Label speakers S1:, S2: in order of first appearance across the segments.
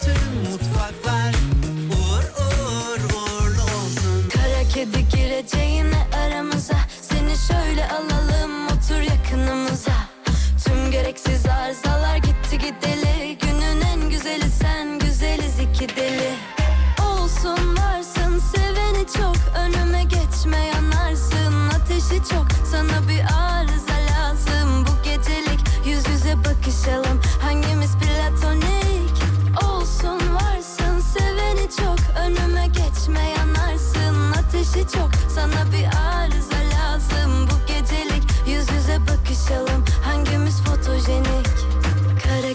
S1: Tüm mutfaklar uğur uğur uğurlu olsun.
S2: Kara kedi gireceğine aramıza Seni şöyle alalım otur yakınımıza Tüm gereksiz arızalar gitti gideli Günün en güzeli sen güzeliz iki deli Olsun varsın seveni çok Önüme geçme yanarsın ateşi çok Sana bir arıza lazım bu gecelik Yüz yüze bakışalım hangimiz platonik Olsun varsın seveni çok Önüme geçme yanarsın ateşi çok Sana bir arıza lazım bu gecelik Yüz yüze bakışalım hangimiz fotojenik Kara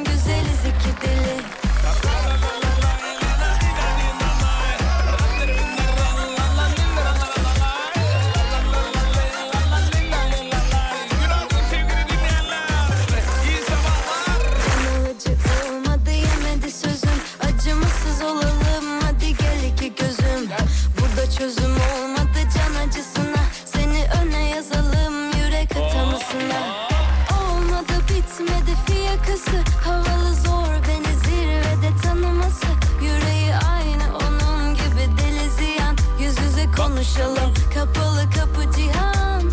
S2: güzeliz iki deli Acı olmadı yemedi sözüm Acımasız olalım hadi gel iki gözüm Burada çözüm olmadı can acısına Seni öne yazalım yürek atamasına Olmadı bitmedi fiyakası Havalı zor beni zirvede tanıması Yüreği aynı onun gibi deli ziyan Yüz yüze konuşalım kapalı kapı cihan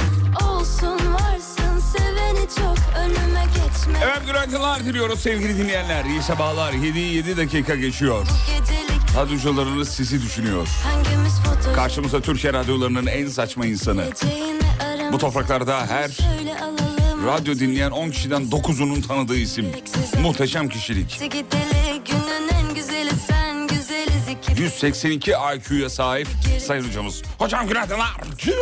S2: Olsun varsın seveni çok önüme geçme
S3: Evet günaydınlar diliyoruz sevgili dinleyenler. İyi sabahlar 7-7 dakika geçiyor.
S2: Gecelik
S3: Radyocularınız sizi düşünüyor.
S2: Hangimiz foto
S3: Karşımıza Türkiye radyolarının en saçma insanı. Bu topraklarda her radyo dinleyen 10 kişiden 9'unun tanıdığı isim. Muhteşem kişilik.
S2: günün en güzeli sen güzeliz iki
S3: 182 IQ'ya sahip sayın hocamız. Hocam günaydınlar.
S2: Tüm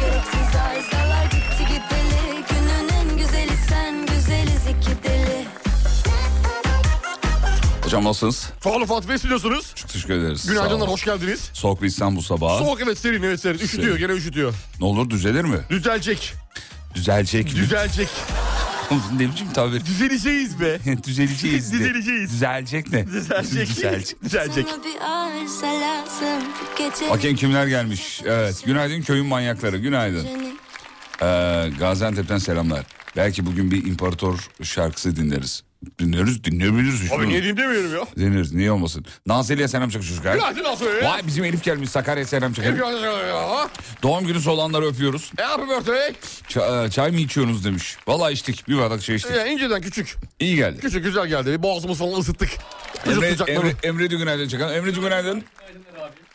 S2: gereksiz arızalar gitti gideli Günün en güzeli sen güzeliz iki deli
S3: Hocam nasılsınız?
S4: Tuvalı Fatih Bey stüdyosunuz.
S3: Çok teşekkür ederiz. Sağ
S4: Günaydınlar,
S3: olun.
S4: hoş geldiniz.
S3: Soğuk bir İstanbul sabahı.
S4: Soğuk evet serin evet serin. Üşütüyor gene üşütüyor.
S3: Ne olur düzelir mi?
S4: Düzelecek.
S3: Düzelecek. mi?
S4: Düzelecek.
S3: ne biçim tabir?
S4: Düzeleceğiz be.
S3: Düzeleceğiz. de.
S4: Düzeleceğiz.
S3: Düzelecek ne?
S4: Düzelecek.
S3: Düzelecek.
S4: Düzelecek.
S2: Sana bir arıza lazım bu gece
S3: Bakayım kimler gelmiş. Evet. Günaydın köyün manyakları. Günaydın.
S2: Güzelik.
S3: Ee, Gaziantep'ten selamlar. Belki bugün bir imparator şarkısı dinleriz. Dinleriz, dinleyebiliriz. hiç
S4: Abi
S3: mi?
S4: niye diyeyim demiyorum ya.
S3: Dinleriz, niye olmasın? Nazilli'ye selam çak çocuklar.
S4: Günaydın Aslı Bey.
S3: Vay bizim Elif gelmiş, Sakarya'ya selam çakar.
S4: Günaydın ya.
S3: Doğum günü olanları öpüyoruz.
S4: Happy birthday.
S3: Ç- e, çay mı içiyorsunuz demiş. Vallahi içtik, bir bardak çay içtik.
S4: Ya E, inceden küçük.
S3: İyi geldi.
S4: Küçük güzel geldi. Bir boğazımız falan ısıttık. Vücut
S3: Emre,
S4: sıcakları.
S3: Emre, Emre'ci günaydın çakan. Emre'ci günaydın.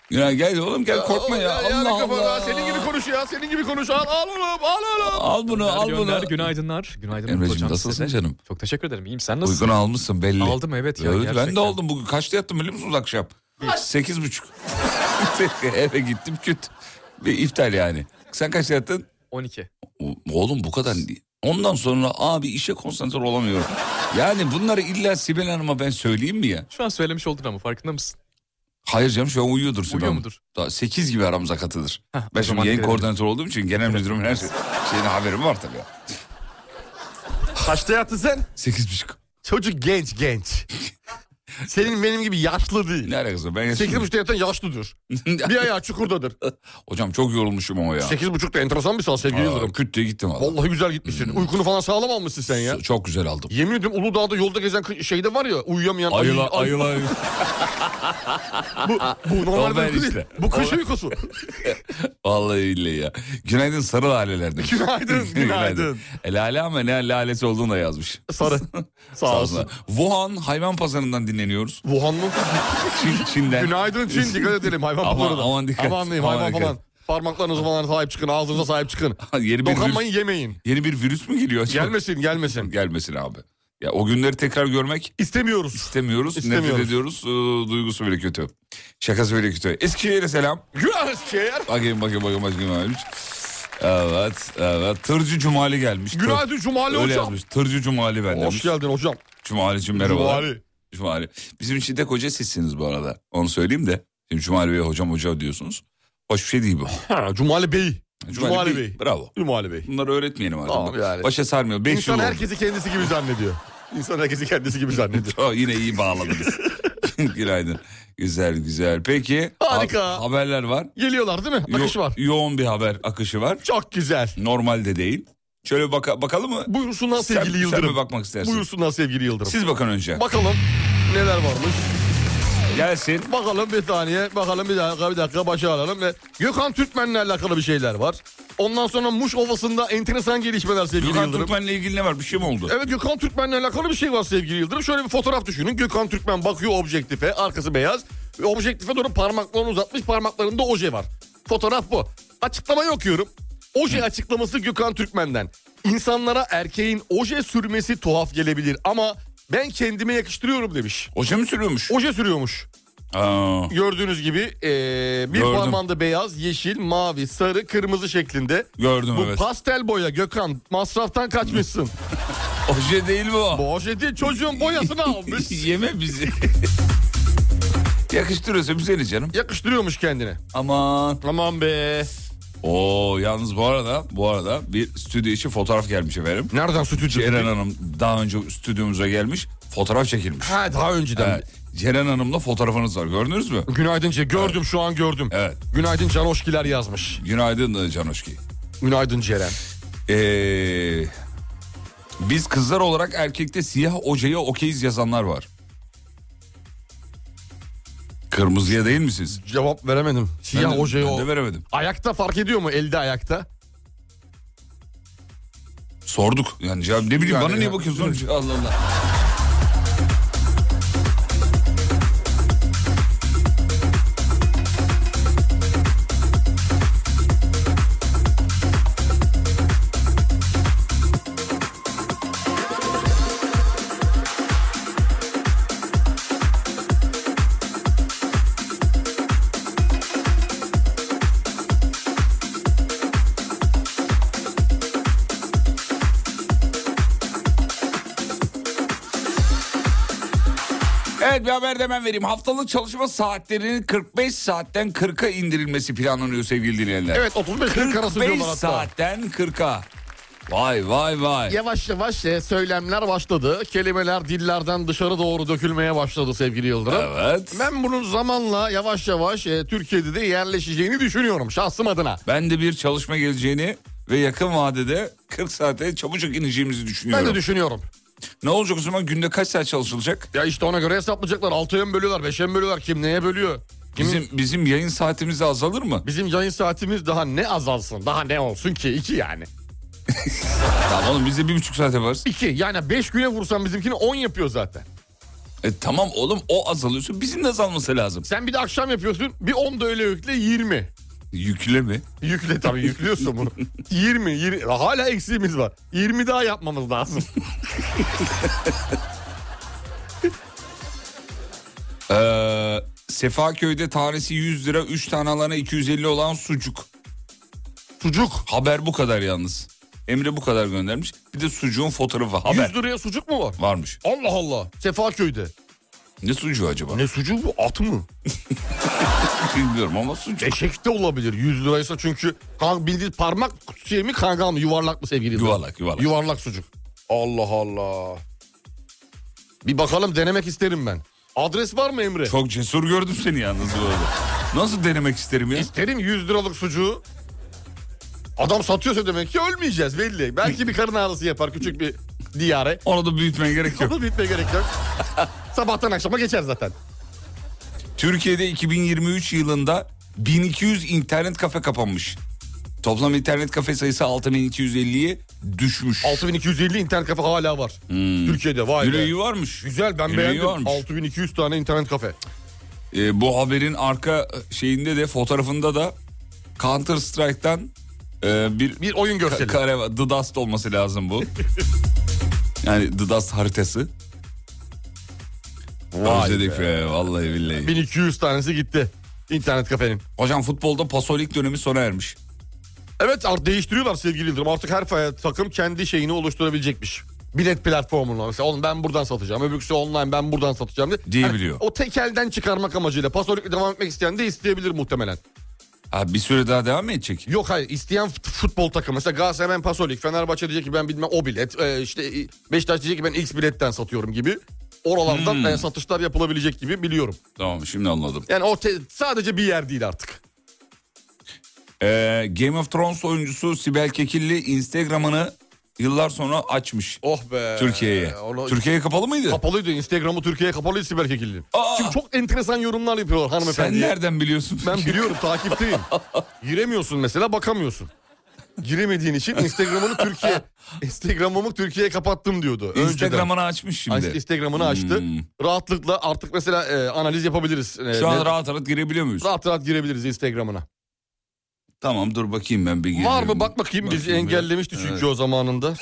S3: Günaydın gel oğlum gel korkma ya.
S4: Yani
S3: Allah
S4: kafana,
S3: Allah.
S4: Senin gibi konuş ya. Senin gibi konuş. Al, al oğlum. Al oğlum.
S3: Al bunu al
S5: Gönder,
S3: bunu.
S5: günaydınlar. Günaydın Umut
S3: Emre'cim,
S5: Hocam
S3: nasılsın
S5: size de.
S3: canım?
S5: Çok teşekkür ederim. İyiyim. Sen nasılsın?
S3: Uygun almışsın belli.
S5: Aldım evet ya.
S3: Evet, ben
S5: gerçekten.
S3: de aldım bugün. Kaçta yattım biliyor musunuz akşam? Sekiz buçuk. Eve gittim küt. Bir iptal yani. Sen kaçta yattın?
S5: 12.
S3: O- Oğlum bu kadar. Ondan sonra abi işe konsantre olamıyorum. Yani bunları illa Sibel Hanım'a ben söyleyeyim mi ya?
S5: Şu an söylemiş oldun ama farkında mısın?
S3: Hayır canım şu an uyuyordur Sibel
S5: Uyuyor
S3: Hanım.
S5: mudur?
S3: Daha 8 gibi aramıza katılır.
S5: Heh,
S3: ben
S5: o
S3: şimdi
S5: zaman
S3: yayın
S5: girelim.
S3: koordinatörü olduğum için genel müdürümün her şey, şeyine haberim var tabii.
S4: Kaçta yattın sen?
S3: Sekiz buçuk.
S4: Çocuk genç genç. Senin benim gibi yaşlı değil.
S3: Ne alakası var? Ben yaşlıyım.
S4: 8.30'da yatan yaşlıdır. Bir ayağı çukurdadır.
S3: Hocam çok yorulmuşum ama ya.
S4: 8.30'da enteresan bir saat sevgili
S3: Aa, Hmm.
S4: Yıldırım.
S3: küt diye gittim abi.
S4: Vallahi güzel gitmişsin. Uykunu falan sağlam almışsın sen ya.
S3: Çok güzel aldım.
S4: Yemin ediyorum Uludağ'da yolda gezen kı- şeyde var ya uyuyamayan ayı-
S3: Ayıla
S4: ayı-
S3: ayıla.
S4: Bu, bu normal bir
S3: Normal
S4: uyku değil.
S3: işte.
S4: Bu kış uykusu.
S3: Vallahi billahi ya. Günaydın sarı laleler demiş.
S4: Günaydın, günaydın.
S3: E, lale ama ne lalesi olduğunu da yazmış.
S4: Sarı. Sağ olsun.
S3: Sağ Wuhan hayvan pazarından dinleniyoruz.
S4: Wuhanlı.
S3: Çin, Çin'den.
S4: Günaydın Çin dikkat edelim hayvan
S3: Aman,
S4: pazarına.
S3: aman dikkat.
S4: Amanlayın
S3: Aman
S4: hayvan
S3: dikkat.
S4: falan. Parmaklarınıza falan sahip çıkın ağzınıza sahip çıkın.
S3: yeni, bir virüs,
S4: Dokunmayın yemeyin.
S3: yeni bir virüs mü geliyor? acaba?
S4: Gelmesin gelmesin.
S3: Gelmesin abi. Ya o günleri tekrar görmek
S4: İstemiyoruz.
S3: istemiyoruz. Nefret
S4: İstemiyoruz.
S3: ediyoruz. Ee, duygusu bile kötü. Şakası bile kötü. Eskişehir'e selam.
S4: Günahız şehir.
S3: Bakayım bakayım bakayım bakayım. bakayım. Evet, evet. Tırcı Cumali gelmiş. Tır-
S4: Günaydın Cumali
S3: Öyle
S4: hocam.
S3: yazmış. Tırcı Cumali ben demiş.
S4: Hoş geldin hocam.
S3: Cumali'cim merhabalar.
S4: Cumali.
S3: Cumali. Bizim için de koca sizsiniz bu arada. Onu söyleyeyim de. Şimdi Cumali Bey hocam hoca diyorsunuz. Hoş bir şey değil bu.
S4: Ha, Cumali Bey. Cumali, Bey.
S3: Bravo.
S4: Cumali Bey.
S3: Bunları öğretmeyelim artık.
S4: Tamam
S3: Bak,
S4: yani.
S3: Başa sarmıyor. Beş
S4: İnsan
S3: yıl oldu.
S4: herkesi kendisi gibi zannediyor. İnsan herkesi kendisi gibi zannediyor.
S3: Oh, yine iyi bağladınız. Günaydın. Güzel güzel. Peki.
S4: Harika.
S3: ha- haberler var.
S4: Geliyorlar değil mi?
S3: Yo-
S4: Akış var.
S3: Yoğun bir haber akışı var.
S4: Çok güzel.
S3: Normalde değil. Şöyle baka- bakalım mı?
S4: Buyursunlar sevgili
S3: sen,
S4: Yıldırım.
S3: Sen mi bakmak istersin?
S4: Buyursunlar sevgili Yıldırım.
S3: Siz bakın önce.
S4: Bakalım neler varmış.
S3: Gelsin.
S4: Bakalım bir saniye. Bakalım bir dakika bir dakika başa alalım. Ve Gökhan Türkmen'le alakalı bir şeyler var. Ondan sonra Muş Ovası'nda enteresan gelişmeler sevgili
S3: Gökhan
S4: Yıldırım.
S3: Türkmen'le ilgili ne var? Bir şey mi oldu?
S4: Evet Gökhan Türkmen'le alakalı bir şey var sevgili Yıldırım. Şöyle bir fotoğraf düşünün. Gökhan Türkmen bakıyor objektife. Arkası beyaz. Ve objektife doğru parmaklarını uzatmış. Parmaklarında oje var. Fotoğraf bu. Açıklamayı okuyorum. Oje açıklaması Gökhan Türkmen'den. İnsanlara erkeğin oje sürmesi tuhaf gelebilir ama ben kendime yakıştırıyorum demiş.
S3: Hoca mı sürüyormuş?
S4: Oje sürüyormuş.
S3: Aa,
S4: Gördüğünüz gibi eee, bir
S3: Gördüm.
S4: parmağında beyaz, yeşil, mavi, sarı, kırmızı şeklinde.
S3: gördüm
S4: Bu
S3: evet.
S4: pastel boya Gökhan masraftan kaçmışsın.
S3: Hoca değil mi o?
S4: Bu oje değil çocuğun boyasını almış.
S3: Yeme bizi. Yakıştırıyorsa bize ne canım?
S4: Yakıştırıyormuş kendine.
S3: Aman.
S4: Aman be.
S3: Oo yalnız bu arada bu arada bir stüdyo için fotoğraf gelmiş efendim.
S4: Nereden sütü
S3: Ceren Hanım daha önce stüdyomuza gelmiş fotoğraf çekilmiş.
S4: Ha daha önceden.
S3: Evet, Ceren Hanım'la fotoğrafınız var gördünüz mü?
S4: Günaydın Ce- Gördüm şu an gördüm.
S3: Evet.
S4: Günaydın Canoşkiler yazmış.
S3: Günaydın da Canoşki.
S4: Günaydın Ceren.
S3: Ee, biz kızlar olarak erkekte siyah ocaya okeyiz yazanlar var. Kırmızıya değil misiniz?
S4: Cevap veremedim.
S3: Ben
S4: Siyah
S3: de-
S4: ojeyi
S3: ben
S4: o.
S3: de veremedim.
S4: Ayakta fark ediyor mu elde ayakta?
S3: Sorduk. Yani cevap ne bileyim
S4: Yani-
S3: bana niye bakıyorsun? Allah Allah. Evet bir haber de hemen vereyim. Haftalık çalışma saatlerinin 45 saatten 40'a indirilmesi planlanıyor sevgili dinleyenler.
S4: Evet 35-40 arası
S3: 45
S4: diyorlar hatta.
S3: saatten 40'a. Vay vay vay.
S4: Yavaş yavaş e, söylemler başladı. Kelimeler dillerden dışarı doğru dökülmeye başladı sevgili Yıldırım.
S3: Evet.
S4: Ben bunun zamanla yavaş yavaş e, Türkiye'de de yerleşeceğini düşünüyorum şahsım adına.
S3: Ben de bir çalışma geleceğini ve yakın vadede 40 saate çabucak ineceğimizi düşünüyorum.
S4: Ben de düşünüyorum.
S3: ne olacak o zaman günde kaç saat çalışılacak?
S4: Ya işte ona göre hesaplayacaklar. Altıya mı bölüyorlar, beşe mi bölüyorlar, kim neye bölüyor? Kim- Bizim,
S3: Bizim bizim yayın saatimiz de azalır mı?
S4: yayın saatimiz daha ne azalsın, daha ne olsun ki? iki yani.
S3: Tamam oğlum biz de bir buçuk saat yaparız.
S4: İki yani beş güne vursan bizimkini on yapıyor zaten.
S3: E, tamam oğlum o azalıyorsa bizim de azalması lazım.
S4: Sen bir de akşam yapıyorsun, bir on da öyle yükle yirmi.
S3: Yükle mi?
S4: Yükle tabii yüklüyorsun bunu. 20, 20 hala eksiğimiz var. 20 daha yapmamız lazım.
S3: Ee, Sefaköy'de tanesi 100 lira 3 tane alana 250 olan sucuk.
S4: Sucuk.
S3: Haber bu kadar yalnız. Emre bu kadar göndermiş. Bir de sucuğun fotoğrafı haber
S4: 100 liraya sucuk mu var?
S3: varmış.
S4: Allah Allah. Sefaköy'de.
S3: Ne sucuğu acaba?
S4: Ne sucuğu bu? At mı?
S3: Bilmiyorum ama sucuk.
S4: Eşek de olabilir. 100 liraysa çünkü kan, bildiğin parmak şey mi kangal mı yuvarlak mı sevgili izleyen?
S3: Yuvarlak, yuvarlak.
S4: Yuvarlak sucuk. Allah Allah. Bir bakalım denemek isterim ben. Adres var mı Emre?
S3: Çok cesur gördüm seni yalnız bu arada. Nasıl denemek isterim ya?
S4: İsterim 100 liralık sucuğu. Adam satıyorsa demek ki ölmeyeceğiz belli. Belki bir karın ağrısı yapar küçük bir diyare.
S3: Onu da büyütmeye gerek yok.
S4: Onu bitmeye gerek yok. Sabahtan akşama geçer zaten.
S3: Türkiye'de 2023 yılında 1200 internet kafe kapanmış. Toplam internet kafe sayısı 6250'ye düşmüş.
S4: 6250 internet kafe hala var. Türkiye'de vay be.
S3: Hmm. Yüreği varmış.
S4: Güzel ben
S3: Yüreği
S4: beğendim.
S3: varmış.
S4: 6200 tane internet kafe.
S3: Ee, bu haberin arka e, şeyinde de fotoğrafında da Counter Strike'tan e, bir,
S4: Bir oyun
S3: ka-
S4: görseli.
S3: kare var. The Dust olması lazım bu. yani The Dust haritası.
S4: Vay
S3: Özledik
S4: be.
S3: be, Vallahi billahi.
S4: 1200 tanesi gitti internet kafenin.
S3: Hocam futbolda pasolik dönemi sona ermiş.
S4: Evet artık değiştiriyorlar sevgili Yıldırım. Artık her fa- takım kendi şeyini oluşturabilecekmiş. Bilet platformuna mesela oğlum ben buradan satacağım. Öbürküsü online ben buradan satacağım diye.
S3: Diyebiliyor.
S4: o tekelden çıkarmak amacıyla pasolikle devam etmek isteyen de isteyebilir muhtemelen.
S3: Ha, bir süre daha devam mı edecek?
S4: Yok hayır isteyen fut- futbol takımı. Mesela Galatasaray ben pasolik. Fenerbahçe diyecek ki ben bilmem o bilet. Ee, işte e, Beşiktaş diyecek ki ben X biletten satıyorum gibi. Oralardan
S3: Hmm.
S4: e, satışlar yapılabilecek gibi biliyorum.
S3: Tamam şimdi anladım.
S4: Yani o te- sadece bir yer değil artık.
S3: Ee, Game of Thrones oyuncusu Sibel Kekilli Instagram'ını yıllar sonra açmış.
S4: Oh be.
S3: Türkiye'ye.
S4: Onu-
S3: Türkiye'ye kapalı mıydı?
S4: Kapalıydı. Instagram'ı Türkiye'ye kapalıydı Sibel Kekilli'nin.
S3: Aa!
S4: Şimdi çok enteresan yorumlar yapıyorlar
S3: Sen
S4: hanımefendi.
S3: nereden biliyorsun?
S4: Ben biliyorum takipteyim. Giremiyorsun mesela bakamıyorsun. Giremediğin için Instagram'ını Türkiye Instagram'ımı Türkiye'ye kapattım diyordu. önceden.
S3: Instagram'ını açmış şimdi.
S4: Ay, Instagram'ını açtı. Rahatlıkla artık mesela e, analiz yapabiliriz. E,
S3: Hmm. Şu
S4: ne-
S3: an rahat rahat girebiliyor muyuz?
S4: rahat rahat girebiliriz Instagram'ına.
S3: Tamam dur bakayım ben bir
S4: Var
S3: geliyorum.
S4: mı? Bak bakayım bizi
S3: Bakayım bir.
S4: engellemişti çünkü o zamanında.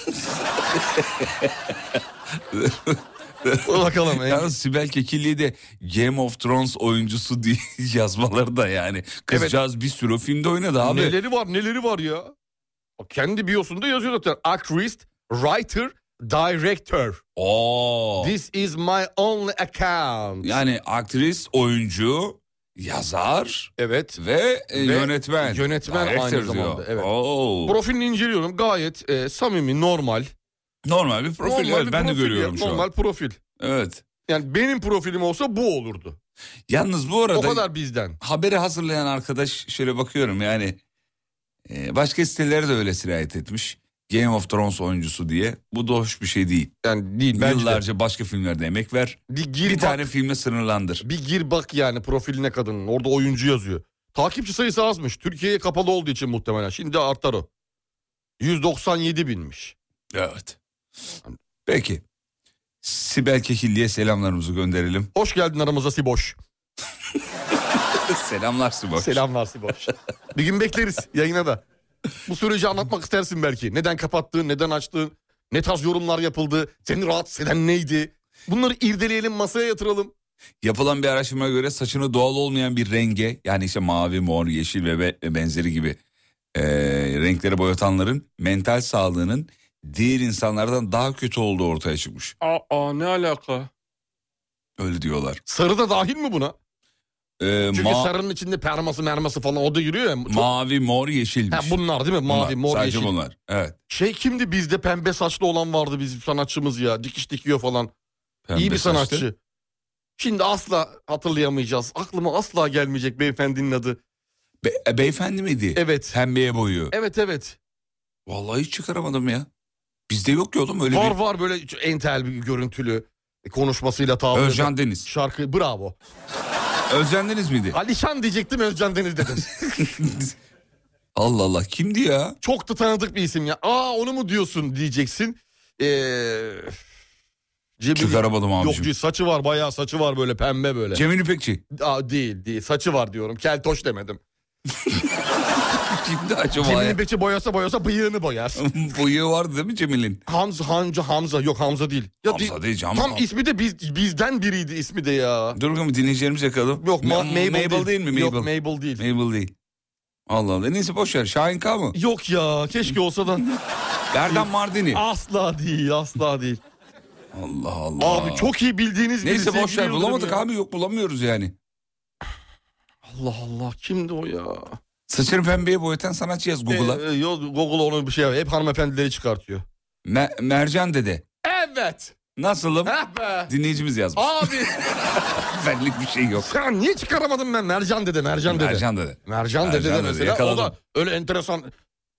S4: Bakalım. en-
S3: Yalnız Sibel Kekilli'yi de Game of Thrones oyuncusu diye yazmaları da yani. Kızcağız bir sürü filmde oynadı abi.
S4: Neleri var neleri var ya. O Kendi biosunda yazıyor zaten. Actress, writer, director.
S3: Oo.
S4: This is my only account.
S3: Yani aktris, oyuncu, yazar
S4: Evet.
S3: ve, e,
S4: Ve
S3: yönetmen.
S4: yönetmen aynı
S3: Director
S4: zamanda, evet.
S3: Oo.
S4: Profilini inceliyorum. Gayet e, samimi, normal.
S3: normal bir profil.
S4: normal
S3: evet,
S4: bir
S3: ben
S4: profil
S3: de görüyorum
S4: ya,
S3: şu
S4: Normal
S3: an.
S4: profil.
S3: Evet.
S4: Yani benim profilim olsa bu olurdu.
S3: Yalnız bu arada
S4: O kadar bizden.
S3: haberi hazırlayan arkadaş şöyle bakıyorum yani e, başka sitelere de öyle sirayet etmiş. Game of Thrones oyuncusu diye. Bu da hoş bir şey değil.
S4: Yani değil. Bence de.
S3: Yıllarca başka filmlerde emek ver.
S4: Bir gir
S3: Bir
S4: bak,
S3: tane filme sınırlandır.
S4: bir gir bak yani profiline kadının. Orada oyuncu yazıyor. Takipçi sayısı azmış. Türkiye'ye kapalı olduğu için muhtemelen. Şimdi artar o. 197 binmiş.
S3: Evet. Peki. Sibel Kekilli'ye selamlarımızı gönderelim.
S4: Hoş geldin aramıza Siboş.
S3: Selamlar Sibel.
S4: Selamlar Siboş. bir gün bekleriz yayına da. Bu süreci anlatmak istersin belki. Neden kapattın, neden açtın, ne tarz yorumlar yapıldı, seni rahatsız eden neydi? Bunları irdeleyelim, masaya yatıralım.
S3: Yapılan bir araştırmaya göre saçını doğal olmayan bir renge yani işte mavi, mor, yeşil ve be- ve benzeri gibi e, renklere boyatanların mental sağlığının diğer insanlardan daha kötü olduğu ortaya çıkmış.
S4: Aa ne alaka?
S3: Öyle diyorlar.
S4: Sarı da dahil mi buna?
S3: E,
S4: Çünkü
S3: ma-
S4: sarının içinde perması merması falan o da yürüyor ya. Çok-
S3: mavi, mor, yeşilmiş.
S4: Ha, bunlar değil mi?
S3: Bunlar,
S4: Mavi, mor,
S3: Sadece
S4: yeşil.
S3: bunlar. Evet.
S4: Şey kimdi bizde pembe saçlı olan vardı bizim sanatçımız ya. Dikiş dikiyor falan. İyi
S3: Pembe
S4: bir
S3: saçlı.
S4: sanatçı. Şimdi asla hatırlayamayacağız. Aklıma asla gelmeyecek beyefendinin adı.
S3: Be- e, beyefendi miydi?
S4: Evet.
S3: Pembeye boyu.
S4: Evet evet.
S3: Vallahi hiç çıkaramadım ya. Bizde yok ya oğlum öyle
S4: var
S3: bir.
S4: var böyle entel bir görüntülü konuşmasıyla tavrı.
S3: Özcan Deniz.
S4: Şarkı bravo.
S3: Özcan Deniz miydi?
S4: Alişan diyecektim Özcan Deniz dedim.
S3: Allah Allah kimdi ya?
S4: Çok da tanıdık bir isim ya. Aa onu mu diyorsun diyeceksin. Ee, Cemil,
S3: Çıkaramadım
S4: Yok
S3: abicim.
S4: değil saçı var bayağı saçı var böyle pembe böyle.
S3: Cemil İpekçi.
S4: Aa, değil değil saçı var diyorum. Keltoş demedim.
S3: Kimdi acaba ya?
S4: Cemil'in beçi boyasa boyasa bıyığını boyar.
S3: Bıyığı vardı değil mi Cemil'in?
S4: Hamza Hanca Hamza yok Hamza değil. Ya
S3: Hamza
S4: di-
S3: değil Hamza.
S4: Tam ismi de biz, bizden biriydi ismi de ya.
S3: Dur bakalım dinleyicilerimiz yakalım.
S4: Yok Ma- Mabel,
S3: değil. mi? Mabel.
S4: Yok Mabel değil.
S3: Mabel değil. Allah Allah. Neyse boş ver. Şahin K mı?
S4: Yok ya keşke olsa da
S3: Berdan Mardini.
S4: asla değil asla değil.
S3: Allah Allah.
S4: Abi çok iyi bildiğiniz birisi.
S3: Neyse boş ver.
S4: Yıldırım
S3: Bulamadık
S4: ya.
S3: abi. Yok bulamıyoruz yani.
S4: Allah Allah kimdi o ya?
S3: Saçını pembeye boyatan sanatçı yaz Google'a.
S4: Ee, e, yok, Google onun bir şey hep hanımefendileri çıkartıyor.
S3: Me- Mercan dede.
S4: Evet.
S3: Nasılım?
S4: Heh be.
S3: Dinleyicimiz yazmış.
S4: Abi
S3: Benlik bir şey yok.
S4: sen niye çıkaramadın ben Mercan dede Mercan dede.
S3: Mercan dede.
S4: Mercan dede de
S3: Mercan dede,
S4: mesela o
S3: yakaladım.
S4: da öyle enteresan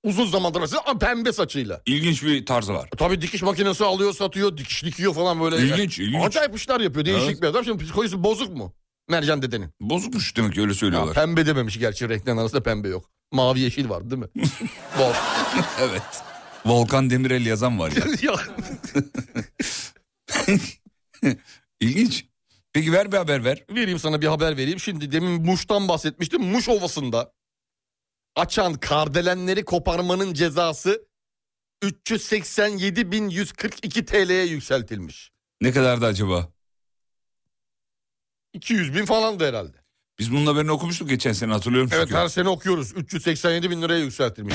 S4: uzun zamandır mesela ama pembe saçıyla. E,
S3: İlginç bir tarzı var.
S4: Tabii dikiş makinesi alıyor satıyor dikiş dikiyor falan böyle.
S3: İlginç, ilginç.
S4: Acayip işler yapıyor değişik
S3: Evet.
S4: bir adam. Şimdi psikolojisi bozuk mu? Mercan dedenin.
S3: Bozukmuş demek ki öyle
S4: Ya
S3: söylüyorlar.
S4: pembe dememiş gerçi renklerin arasında pembe yok. Mavi yeşil var değil mi? Bol.
S3: evet. Volkan Demirel yazan var ya.
S4: Ya,
S3: İlginç. Peki ver bir haber ver.
S4: vereyim sana bir haber vereyim. Şimdi demin Muş'tan bahsetmiştim. Muş Ovası'nda açan kardelenleri koparmanın cezası 387.142 TL'ye yükseltilmiş.
S3: Ne kadardı acaba?
S4: 200 bin falan da herhalde.
S3: Biz bunun haberini okumuştuk geçen sene hatırlıyorum
S4: Evet
S3: çünkü.
S4: her sene okuyoruz. 387 bin liraya yükseltilmiş.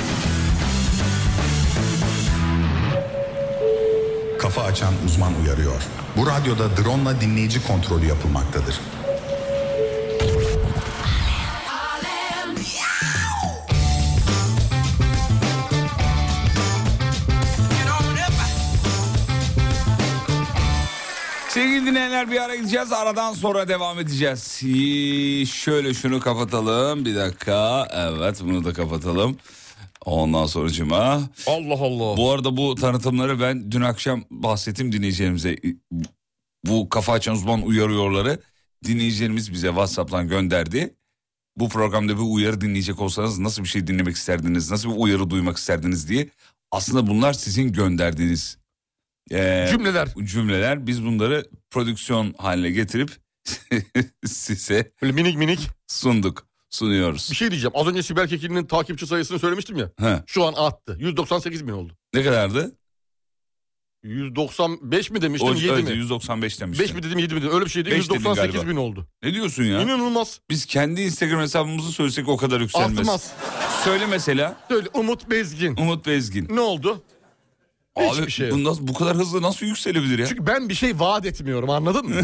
S6: Kafa açan uzman uyarıyor. Bu radyoda drone dinleyici kontrolü yapılmaktadır.
S3: Sevgili dinleyenler bir ara gideceğiz. Aradan sonra devam edeceğiz. Ee, şöyle şunu kapatalım. Bir dakika. Evet bunu da kapatalım. Ondan sonra cuma.
S4: Allah Allah.
S3: Bu arada bu tanıtımları ben dün akşam bahsettim dinleyicilerimize. Bu kafa açan uzman uyarıyorları dinleyicilerimiz bize WhatsApp'tan gönderdi. Bu programda bir uyarı dinleyecek olsanız nasıl bir şey dinlemek isterdiniz, nasıl bir uyarı duymak isterdiniz diye. Aslında bunlar sizin gönderdiğiniz ee,
S4: Cümleler.
S3: cümleler. Biz bunları prodüksiyon haline getirip size
S4: Böyle minik minik.
S3: sunduk, sunuyoruz.
S4: Bir şey diyeceğim. Az önce Sibel Kekilli'nin takipçi sayısını söylemiştim ya.
S3: Ha,
S4: Şu an arttı. 198 bin oldu.
S3: ne kadardı?
S4: 195 mi demiştim?
S3: O,
S4: 7
S3: evet,
S4: mi?
S3: 195 demiştim.
S4: 5 mi dedim 7 mi dedim. Öyle bir şeydi.
S3: Beş dedin
S4: 198
S3: galiba.
S4: bin oldu.
S3: Ne diyorsun ya?
S4: İnanılmaz.
S3: Biz kendi Instagram hesabımızı söylesek o kadar yükselmez.
S4: Artmaz.
S3: Söyle mesela
S4: Söyle Umut Bezgin.
S3: Umut Bezgin.
S4: Ne oldu? Hiçbir
S3: Abi
S4: şey yok.
S3: bu, nasıl, bu kadar hızlı nasıl yükselebilir ya?
S4: Çünkü ben bir şey vaat etmiyorum anladın mı?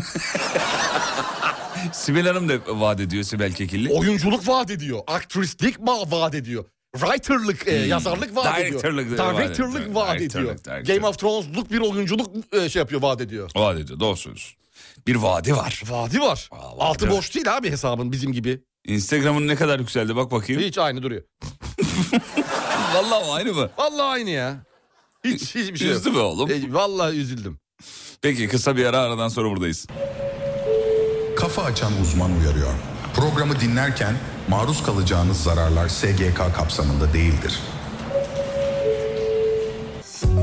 S3: Sibel Hanım da vaat ediyor Sibel Kekilli.
S4: Oyunculuk vaat ediyor. Aktrislik ma- vaat ediyor. Writerlık, e, yazarlık vaat
S3: Hmm. Directorlık
S4: ediyor.
S3: de vaat
S4: Directorlık
S3: ediyor.
S4: vaat ediyor.
S3: Directorlık, director.
S4: Game of Thrones'luk bir oyunculuk e, şey yapıyor vaat ediyor.
S3: Vaat ediyor doğru söylüyorsun. Bir vaadi var.
S4: Vaadi var.
S3: Aa, vaadi
S4: Altı
S3: var.
S4: boş değil abi hesabın bizim gibi.
S3: Instagram'ın ne kadar yükseldi bak bakayım.
S4: Hiç aynı duruyor.
S3: Vallahi aynı mı?
S4: Vallahi aynı ya. Hiç hiçbir şey yok.
S3: Üzdü be oğlum.
S4: E, vallahi üzüldüm.
S3: Peki kısa bir ara aradan sonra buradayız.
S6: Kafa açan uzman uyarıyor. Programı dinlerken maruz kalacağınız zararlar SGK kapsamında değildir.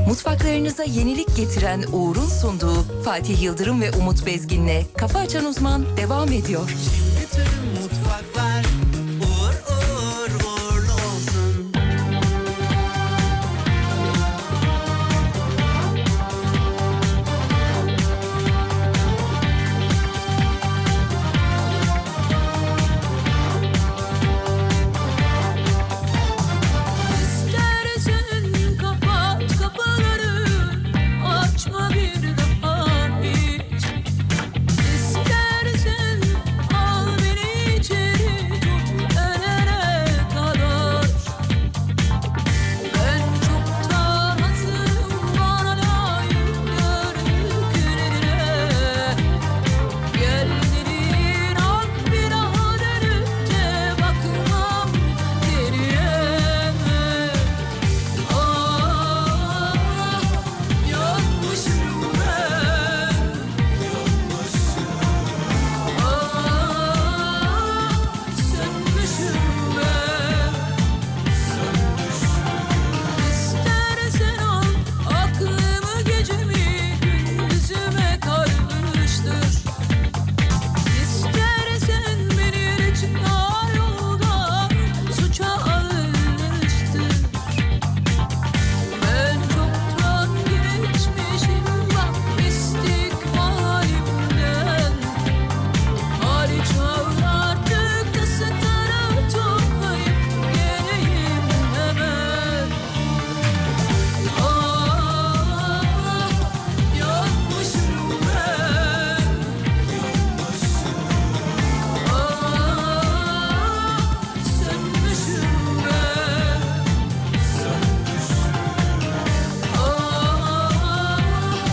S7: Mutfaklarınıza yenilik getiren Uğur'un sunduğu Fatih Yıldırım ve Umut Bezgin'le Kafa Açan Uzman devam ediyor.
S1: Bütün mutfaklar uğur uğur uğurlu olsun.
S8: Penceresini kapat kapıları açma bir daha hiç İstersen al beni içeri tut ölene kadar Ben çoktan hazırım bana layık gördüklerine Gel dediğin an bir daha dönüp de bakmam geriye Ah yanmışım ben, yanmışım. Ah sönmüşüm ben, sönmüşüm. İstersen al aklımı gecemi gündüzüme karıştır. İstersen beni çıkar yoldan suça alıştır. Ben çoktan geçmişim bak istikbalimden Hariç avlardık da satara toplayıp geleyim hemen Ah yanmışım ben Ah sönmüşüm ben Ah, yanmışım ben, yanmışım. Ah, sönmüşüm ben.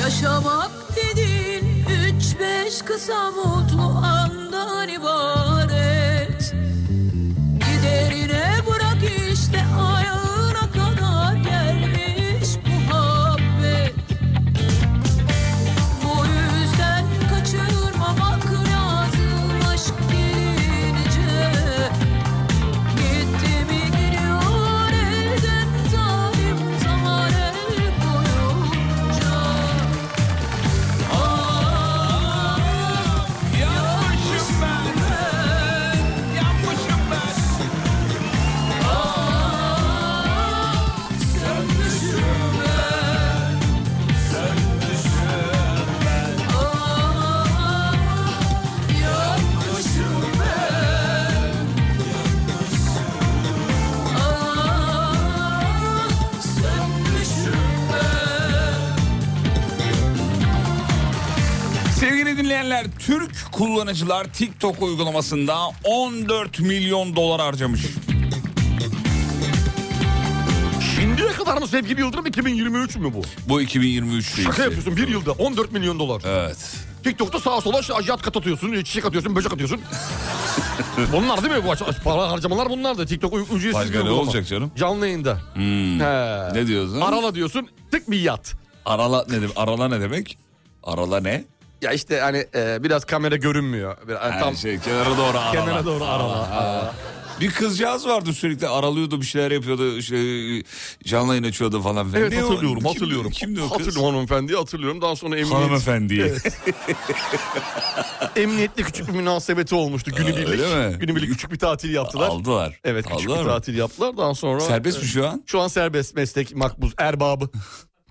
S8: Yaşamak dedin üç beş kısa mutlu andan ibaret Giderine bırak işte ayağına kadar gelmiş muhabbet Bu
S3: Bilginler Türk kullanıcılar TikTok uygulamasında 14 milyon dolar harcamış.
S4: Şimdiye kadar mı sevgili Yıldırım 2023 mü bu?
S3: Bu 2023 reisi.
S4: Şaka yapıyorsun bir yılda 14 milyon dolar.
S3: Evet.
S4: TikTok'ta sağa sola işte yat kat atıyorsun, e, çiçek atıyorsun, böcek atıyorsun. bunlar değil mi bu aç- aç- para harcamalar bunlar da TikTok uy- ücretsiz
S3: Başka
S4: bir
S3: ne
S4: uygulama.
S3: olacak canım?
S4: Canlı yayında.
S3: Hmm.
S4: He.
S3: Ne diyorsun?
S4: Arala diyorsun tık bir yat.
S3: Arala ne demek? Arala ne demek? Arala ne?
S4: Ya işte hani e, biraz kamera görünmüyor. Biraz-
S3: Yani
S4: tam
S3: şey kenara doğru arala.
S4: kenara doğru arala.
S3: Bir kızcağız vardı sürekli aralıyordu bir şeyler yapıyordu işte canlı yayın açıyordu falan. filan.
S4: Evet
S3: Ne o?
S4: hatırlıyorum
S3: Kimdi-
S4: hatırlıyorum.
S3: Kimdi o kız?
S4: Hatırlıyorum hanımefendiyi hatırlıyorum. Daha sonra emniyet,
S3: Hanımefendiye.
S4: emniyetle küçük bir münasebeti olmuştu. Günübirlik.
S3: öyle mi?
S4: Günübirlik küçük bir tatil yaptılar.
S3: Aldılar.
S4: Evet küçük
S3: Aldılar
S4: bir
S3: mı?
S4: tatil yaptılar. Daha sonra...
S3: Serbest mi şu an?
S4: Şu an serbest meslek makbuz erbabı.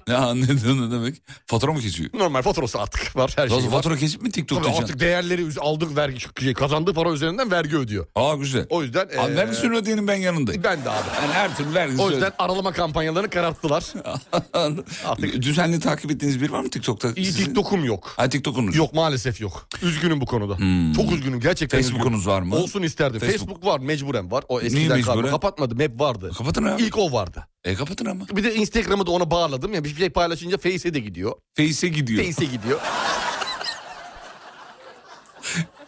S3: Ne anladın ne demek? Fatura mı kesiyor?
S4: Normal faturası artık var her şey
S3: Nasıl
S4: var.
S3: fatura kesip mi TikTok'ta?
S4: Tabii
S3: can-
S4: artık değerleri üz- aldık vergi şey, kazandığı para üzerinden vergi ödüyor.
S3: Aa güzel.
S4: O yüzden
S3: Abi
S4: eee,
S3: vergisini ödeyenin ben yanındayım.
S4: ben de abi.
S3: Yani her türlü vergisini
S4: O yüzden aralama kampanyalarını kararttılar.
S3: ödeyenin.
S4: Artık-
S3: Düzenli takip ettiğiniz biri var mı TikTok'ta?
S4: İyi
S3: Sizin-
S4: TikTok'um yok.
S3: Ha TikTok'unuz.
S4: Yok maalesef yok. Üzgünüm bu konuda. Çok üzgünüm gerçekten. üzgünüm.
S3: Facebook'unuz Hmm. var mı?
S4: Olsun isterdim.
S3: Facebook.
S4: Facebook. var mecburen var. O
S3: Niye
S4: eskiden
S3: mecburen?
S4: kaldı. Kapatmadım hep vardı.
S3: Kapatın ha.
S4: İlk o vardı.
S3: E kapatın ama.
S4: Bir de Instagram'ı da ona bağladım. Ya bir şey paylaşınca Face'e de gidiyor.
S3: Face'e gidiyor.
S4: Face'e gidiyor.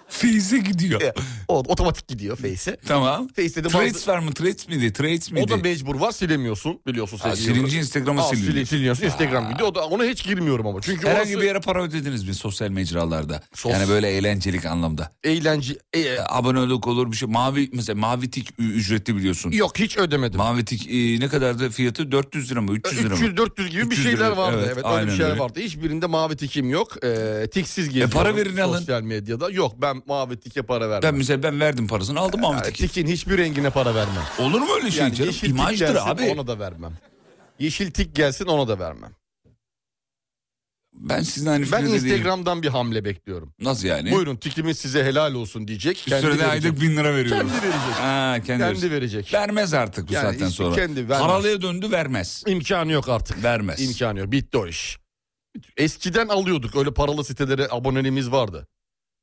S3: Face'e gidiyor.
S4: E, o otomatik gidiyor Face'e.
S3: Tamam.
S4: Face'e de bazı-
S3: Threads var mı? Threads miydi? Threads miydi?
S4: O da mecbur var silemiyorsun biliyorsun
S3: Ha,
S4: sevgili Yıldırım.
S3: silince Instagram'a
S4: Aa,
S3: siliniyor.
S4: sili- Siliyorsun Instagram gidiyor. O da, ona hiç girmiyorum ama. Çünkü
S3: Herhangi
S4: orası
S3: bir yere para ödediniz mi sosyal mecralarda?
S4: Sos-
S3: Yani böyle eğlencelik anlamda.
S4: eğlence... e,
S3: E, abonelik olur bir şey. Mavi mesela mavi tik ü- ücretli biliyorsun.
S4: yok hiç ödemedim.
S3: Mavi tik e, ne kadardı fiyatı? 400 lira mı? 300 lira mı?
S4: 300-400 gibi bir
S3: 300
S4: şeyler
S3: lira,
S4: vardı.
S3: evet,
S4: Evet, öyle
S3: aynen
S4: bir şeyler
S3: öyle.
S4: vardı. Hiçbirinde mavi tikim yok. E, tiksiz geziyorum
S3: para verin alın.
S4: sosyal medyada. Yok ben mavi tike para vermem.
S3: Ben mesela ben verdim parasını aldım mavi
S4: Yani
S3: tik.
S4: tikin hiçbir rengine para vermem.
S3: Olur mu öyle şey
S4: Yani
S3: canım?
S4: yeşil tik
S3: İmajdır
S4: gelsin
S3: abi.
S4: ona da vermem. Yeşil tik gelsin ona da vermem.
S3: Ben sizin aynı
S4: Ben
S3: fikirde değilim.
S4: Instagram'dan bir hamle bekliyorum.
S3: Nasıl yani?
S4: Buyurun tikimiz size helal olsun diyecek.
S3: Üstüne de
S4: verecek.
S3: aylık bin lira veriyoruz.
S4: Kendi verecek.
S3: Ha, kendi,
S4: Kendi
S3: verecek.
S4: verecek.
S3: Vermez artık bu
S4: Yani
S3: saatten
S4: işte
S3: sonra.
S4: kendi vermez.
S3: Paralıya döndü vermez.
S4: İmkanı yok artık.
S3: Vermez.
S4: İmkanı yok. Bitti o iş. Eskiden alıyorduk. Öyle paralı sitelere aboneliğimiz vardı.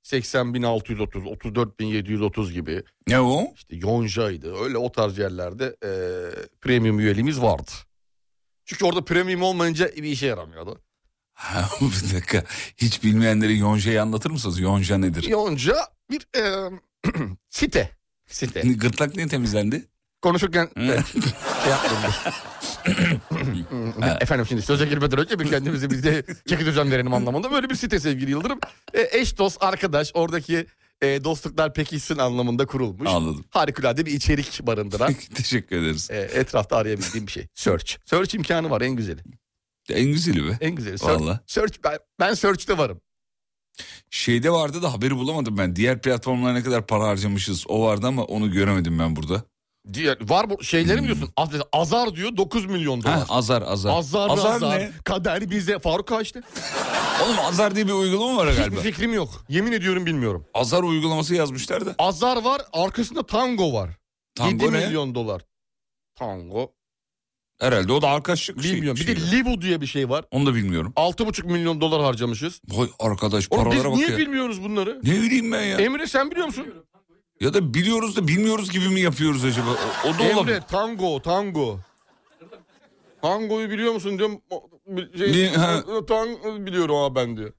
S4: 80.630, 34.730 gibi.
S3: Ne o?
S4: İşte Yonca'ydı. Öyle o tarz yerlerde eee premium üyeliğimiz vardı. Çünkü orada premium olmayınca bir işe yaramıyordu.
S3: Ha, bir dakika. Hiç bilmeyenlere Yonca'yı anlatır mısınız? Yonca nedir?
S4: Yonca bir eee, site. Site.
S3: Gırtlak niye temizlendi?
S4: Konuşurken evet, şey yaptım. Efendim şimdi söze girmeden önce bir kendimize bir de çeki düzen verelim anlamında. Böyle bir site sevgili Yıldırım. E, eş dost arkadaş oradaki e, dostluklar pekişsin anlamında kurulmuş.
S3: Anladım.
S4: Harikulade bir içerik barındıran
S3: Teşekkür ederiz.
S4: e, etrafta arayabildiğim bir şey. Search. Search imkanı var en güzeli.
S3: En güzeli be.
S4: En güzeli. Search,
S3: Vallahi.
S4: search ben, ben search'te varım.
S3: Şeyde vardı da haberi bulamadım ben. Diğer platformlara ne kadar para harcamışız. O vardı ama onu göremedim ben burada.
S4: Diğer, var bu şeyleri mi diyorsun? Az- Azar diyor 9 milyon dolar.
S3: Hmm. Ha, azar azar.
S4: Azar, azar, Kader bize. Faruk Kaç'tı.
S3: Oğlum azar diye bir uygulama var
S4: Hiçbir şey-
S3: galiba.
S4: fikrim yok. Yemin ediyorum bilmiyorum.
S3: Azar uygulaması yazmışlar da.
S4: Azar var arkasında tango var. 7
S3: Tango ne?
S4: milyon dolar. Tango.
S3: Herhalde o da arkadaşlık şey-
S4: Bilmiyorum. bir
S3: şeyi.
S4: de Livu diye bir şey var.
S3: Onu da bilmiyorum.
S4: 6,5 milyon dolar harcamışız.
S3: Vay arkadaş
S4: Oğlum biz
S3: paralara bak
S4: niye
S3: ya.
S4: bilmiyoruz bunları?
S3: Ne bileyim ben ya.
S4: Emre sen biliyor musun?
S3: Ya da biliyoruz da bilmiyoruz gibi mi yapıyoruz acaba? O, o da olabilir.
S4: Emre tango tango. Tangoyu biliyor musun diyorum. o- bir Şey,
S3: Ni- ha.
S4: Tango biliyorum ha ben diyor.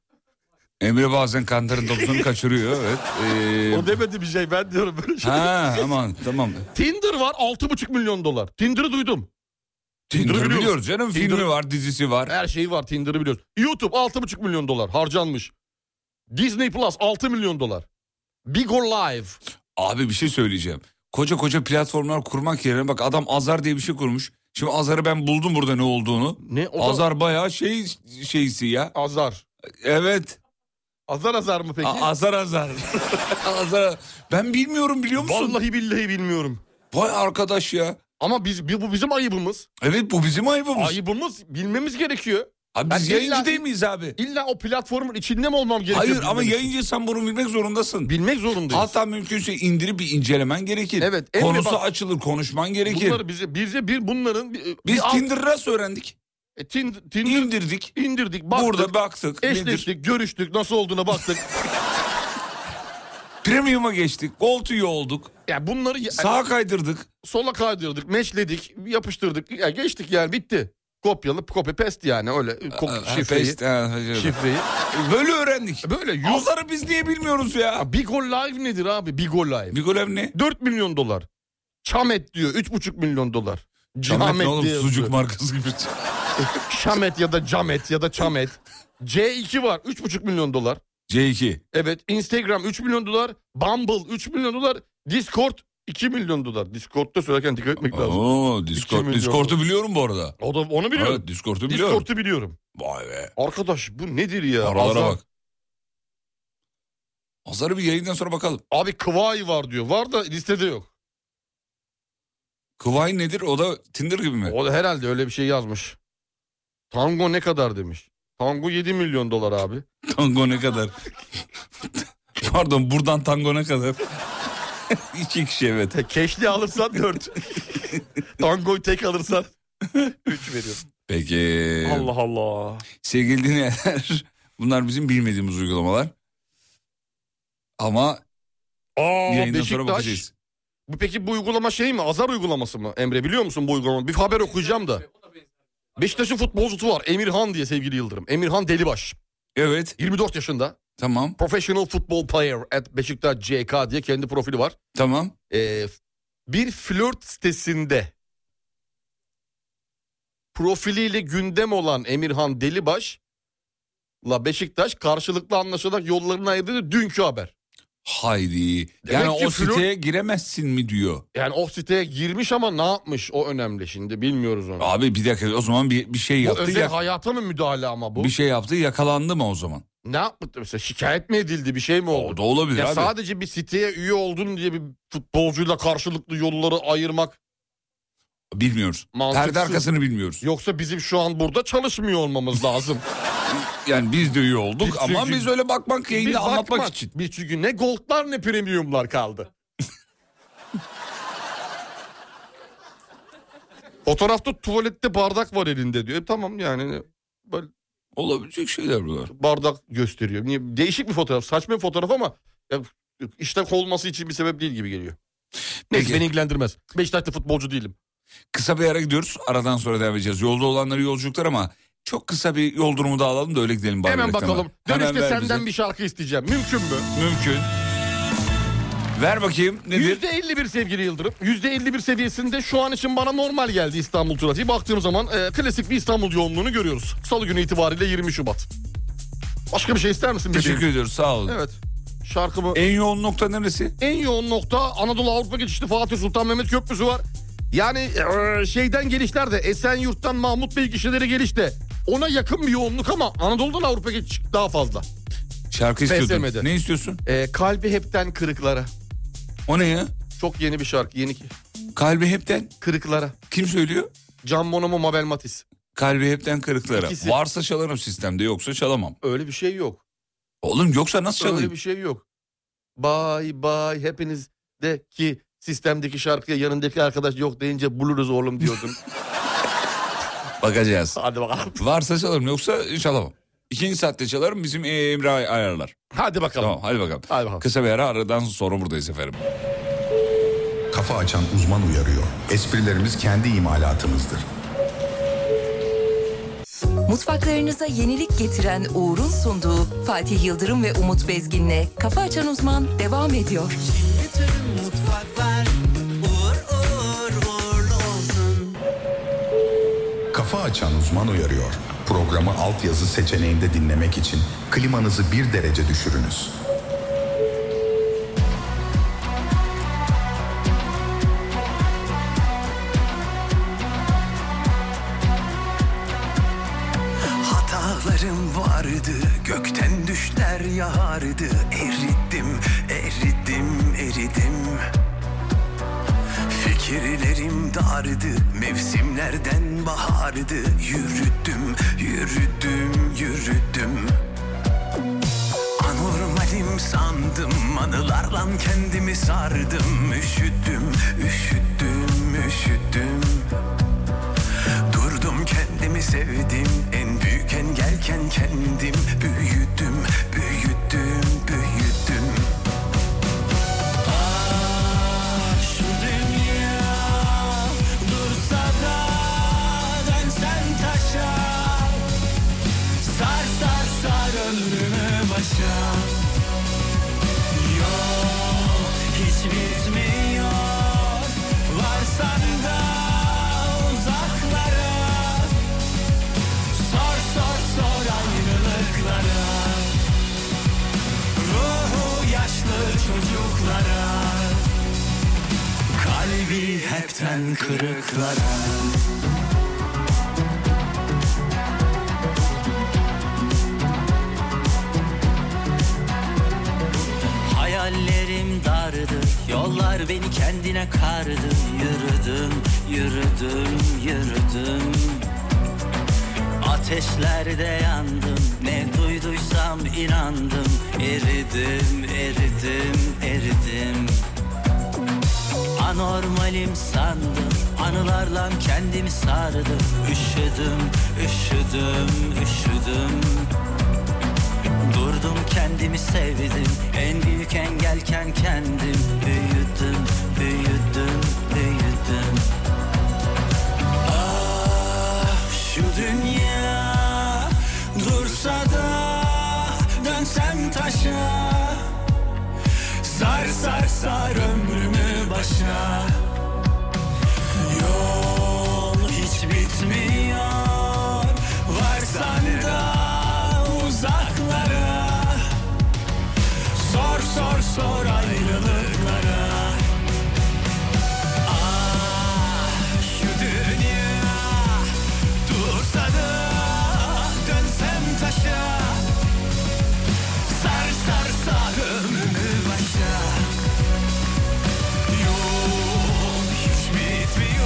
S3: Emre bazen kantarın topuzunu kaçırıyor evet. Ee,
S4: O demedi bir şey ben diyorum böyle şey.
S3: Ha aman tamam.
S4: Tinder var 6,5 milyon dolar. Tinder'ı duydum.
S3: Tinder'ı
S4: biliyoruz.
S3: biliyoruz canım.
S4: Tinder'ı-
S3: Filmi var, dizisi var.
S4: Her şeyi var Tinder'ı biliyoruz. YouTube 6,5 milyon dolar harcanmış. Disney Plus 6 milyon dolar. Big or Live.
S3: Abi bir şey söyleyeceğim. Koca koca platformlar kurmak yerine bak adam Azar diye bir şey kurmuş. Şimdi Azar'ı ben buldum burada ne olduğunu.
S4: Ne? O da-
S3: Azar bayağı şey şeysi ya.
S4: Azar.
S3: Evet.
S4: Azar azar mı peki?
S3: A- azar azar. azar. Ben bilmiyorum biliyor musun?
S4: Vallahi billahi bilmiyorum.
S3: Vay arkadaş ya.
S4: Ama biz bu bu bizim ayıbımız.
S3: Evet bu bizim ayıbımız.
S4: Ayıbımız bilmemiz gerekiyor.
S3: Abi biz
S4: Ben
S3: yayıncı
S4: illa-
S3: değil miyiz abi?
S4: İlla o platformun içinde mi olmam gerekiyor?
S3: Hayır
S4: bilmem
S3: ama
S4: için?
S3: yayıncıysan bunu bilmek zorundasın.
S4: bilmek zorundayız.
S3: Hatta mümkünse indirip bir incelemen gerekir.
S4: Evet, Emre
S3: Konusu
S4: bak-
S3: açılır, konuşman gerekir.
S4: Bunları bize bize bir bunların bir,
S3: Biz
S4: bir-
S3: Tinder'ı nasıl öğrendik?
S4: e, tin- Tinder
S3: İndirdik.
S4: indirdik, baktık,
S3: Burada baktık. nedir?
S4: eşleştik, görüştük, nasıl olduğuna baktık.
S3: Premium'a geçtik. Gold üye olduk.
S4: Ya bunları ya-
S3: Sağa kaydırdık.
S4: sola kaydırdık, meşledik, yapıştırdık. Ya geçtik yani bitti. Kopyalı, copy paste yani öyle ko-
S3: Ha,
S4: şifreyi.
S3: paste, ha, şöyle.
S4: Şifreyi.
S3: Böyle öğrendik.
S4: Böyle yüz...
S3: Azarı biz niye bilmiyoruz ya?
S4: Ya Bigo Live nedir abi? Bigo Live.
S3: Mikolev ne?
S4: 4 milyon dolar. Çamet diyor 3,5 milyon dolar.
S3: Ahmet
S4: Camet
S3: ne oğlum
S4: diye yazıyor.
S3: sucuk markası gibi.
S4: Şamet ya da Camet ya da Çamet. C2 var 3,5 milyon dolar.
S3: C2.
S4: Evet Instagram 3 milyon dolar. Bumble 3 milyon dolar. Discord 2 milyon dolar. Discord'da söylerken dikkat etmek lazım.
S3: Oo,
S4: İki
S3: Discord,
S4: milyon
S3: Discord'u
S4: dolar.
S3: biliyorum bu arada.
S4: O da onu biliyorum.
S3: Evet, Discord'u biliyorum.
S4: Discord'u biliyorum.
S3: Vay be.
S4: Arkadaş bu nedir ya?
S3: Aralara
S4: Azar-
S3: bak. Azarı bir yayından sonra bakalım.
S4: Abi Kıvay var diyor. Var da listede yok.
S3: Kıvay nedir? O da Tinder gibi mi?
S4: O da herhalde öyle bir şey yazmış. Tango ne kadar demiş. Tango 7 milyon dolar abi.
S3: Tango ne kadar? Pardon buradan tango ne kadar? İki kişi evet.
S4: Te- Keşli alırsan 4. Tangoyu tek alırsan 3 veriyor.
S3: Peki.
S5: Allah Allah.
S3: Sevgili dinleyenler bunlar bizim bilmediğimiz uygulamalar. Ama
S4: Aa,
S3: yayından sonra
S4: Beşiktaş.
S3: bakacağız.
S4: Bu peki bu uygulama şey mi? Azar uygulaması mı? Emre biliyor musun bu uygulama? Bir haber okuyacağım da. Beşiktaş'ın futbolcusu var. Emirhan diye sevgili Yıldırım. Emirhan Delibaş.
S3: Evet
S4: 24 yaşında.
S3: tamam
S4: Professional Football Player at Beşiktaş CK diye kendi profili var.
S3: tamam.
S4: Ee, bir flört sitesinde profiliyle gündem olan Emirhan Delibaş la Beşiktaş karşılıklı anlaşarak yollarını ayırdığı dünkü haber.
S3: Haydi.
S4: Demek
S3: Yani
S4: ki
S3: o
S4: flört-
S3: siteye giremezsin mi diyor.
S4: Yani o siteye girmiş ama ne yapmış o önemli şimdi bilmiyoruz onu.
S3: Abi bir dakika o zaman bir, bir şey
S4: bu
S3: yaptı.
S4: özel
S3: ya-
S4: hayata mı müdahale ama bu?
S3: bir şey yaptı yakalandı mı o zaman?
S4: Ne yaptı mesela şikayet mi edildi bir şey mi
S3: O
S4: oldu?
S3: da olabilir
S4: Ya
S3: abi.
S4: sadece bir siteye üye oldun diye bir futbolcuyla karşılıklı yolları ayırmak
S3: Bilmiyoruz.
S4: Mantıksız.
S3: Perde arkasını bilmiyoruz.
S4: yoksa bizim şu an burada çalışmıyor olmamız lazım.
S3: Yani biz de üye olduk
S4: Biz
S3: ama
S4: çünkü-
S3: biz öyle bakmak yayında
S4: Biz
S3: anlatmak
S4: bakmak-
S3: için.
S4: Biz çünkü ne goldlar ne premiumlar kaldı. Fotoğrafta tuvalette bardak var elinde diyor. E, tamam yani böyle
S3: Olabilecek şeyler bunlar.
S4: bardak gösteriyor. Niye? Değişik bir fotoğraf. Saçma bir fotoğraf ama ya, iştah olması için bir sebep değil gibi geliyor. Neyse
S3: Peki.
S4: beni ilgilendirmez. Beşiktaşlı futbolcu değilim.
S3: Kısa bir ara gidiyoruz. Aradan sonra devam edeceğiz. Yolda olanları yolculuklar ama çok kısa bir yol durumu da alalım da öyle gidelim. bari
S4: Hemen
S3: reklama.
S4: bakalım.
S3: Hemen
S4: Dönüşte
S3: ver
S4: senden şey-
S3: bize.
S4: bir şarkı isteyeceğim. Mümkün mü?
S3: Mümkün. Ver bakayım nedir?
S4: %51 sevgili Yıldırım. %51 seviyesinde şu an için bana normal geldi İstanbul trafiği. Baktığım zaman e, klasik bir İstanbul yoğunluğunu görüyoruz. Salı günü itibariyle 20 Şubat. Başka bir şey ister misin? bebeğim?
S3: Teşekkür ediyoruz sağ olun.
S4: Evet. Şarkımı...
S3: En yoğun nokta neresi?
S4: En yoğun nokta Anadolu Avrupa geçişli Fatih Sultan Mehmet Köprüsü var. Yani e, şeyden gelişler de Esenyurt'tan Mahmut Bey gişeleri geliş de ona yakın bir yoğunluk ama Anadolu'dan Avrupa geçiş daha fazla.
S3: Şarkı istiyordun.
S4: PSM'de.
S3: Ne istiyorsun?
S4: E, kalbi hepten kırıklara.
S3: O ne ya?
S4: Çok yeni bir şarkı yeni ki.
S3: Kalbi hepten.
S4: Kırıklara.
S3: Kim söylüyor?
S4: Can Bonomo Mabel Matiz.
S3: Kalbi hepten kırıklara.
S4: İkisi.
S3: Varsa çalarım sistemde yoksa çalamam.
S4: Öyle bir şey yok.
S3: Oğlum yoksa nasıl çalayım?
S4: Öyle bir şey yok. Bay bay hepiniz de ki sistemdeki şarkıya yanındaki arkadaş yok deyince buluruz oğlum diyordun. şey.
S3: Bakacağız.
S4: Hadi bakalım.
S3: Varsa çalarım yoksa çalamam. İkinci saatte çalarım bizim Emre ay- ayarlar.
S4: Hadi bakalım.
S3: Tamam hadi bakalım.
S4: Hadi bakalım.
S3: Kısa bir ara aradan sonra buradayız efendim.
S6: Kafa açan uzman uyarıyor. Esprilerimiz kendi imalatımızdır.
S7: Mutfaklarınıza yenilik getiren Uğur'un sunduğu Fatih Yıldırım ve Umut Bezgin'le Kafa Açan Uzman devam ediyor.
S1: Bütün mutfaklar uğur uğur uğurlu olsun.
S6: Kafa açan uzman uyarıyor. Programı altyazı seçeneğinde dinlemek için klimanızı bir derece düşürünüz.
S1: Hatalarım vardı Gökten düşler yağardı Eridim, eridim, eridim Fikirlerim dardı Mevsimlerden bahardı Yürüdüm, yürüdüm, yürüdüm Anormalim sandım Anılarla kendimi sardım Üşüdüm, üşüdüm, üşüdüm Durdum kendimi sevdim En büyük engelken kendim Büyüdüm, büyüdüm, büyüdüm Ah, kalbi hepten kırıklara
S9: Hayallerim dardır Yollar beni kendine kardı Yürüdüm, yürüdüm, yürüdüm Ateşlerde yandım Ne duyduysam inandım Eridim, eridim, eridim Anormalim sandım Anılarla kendimi sardım Üşüdüm, üşüdüm, üşüdüm Durdum kendimi sevdim En büyük engelken kendim Büyüdüm, büyüdüm, büyüdüm Ah şu dünya Dursa da Dönsem taşa Sar sar sar ömrümü başa Yol hiç bitmiyor Varsan da uzaklara Sor sor sor ayrılıklara Ah şu dünya Dursa da dönsem taşa Sar sar sar ömrümü başa Yol hiç bitmiyor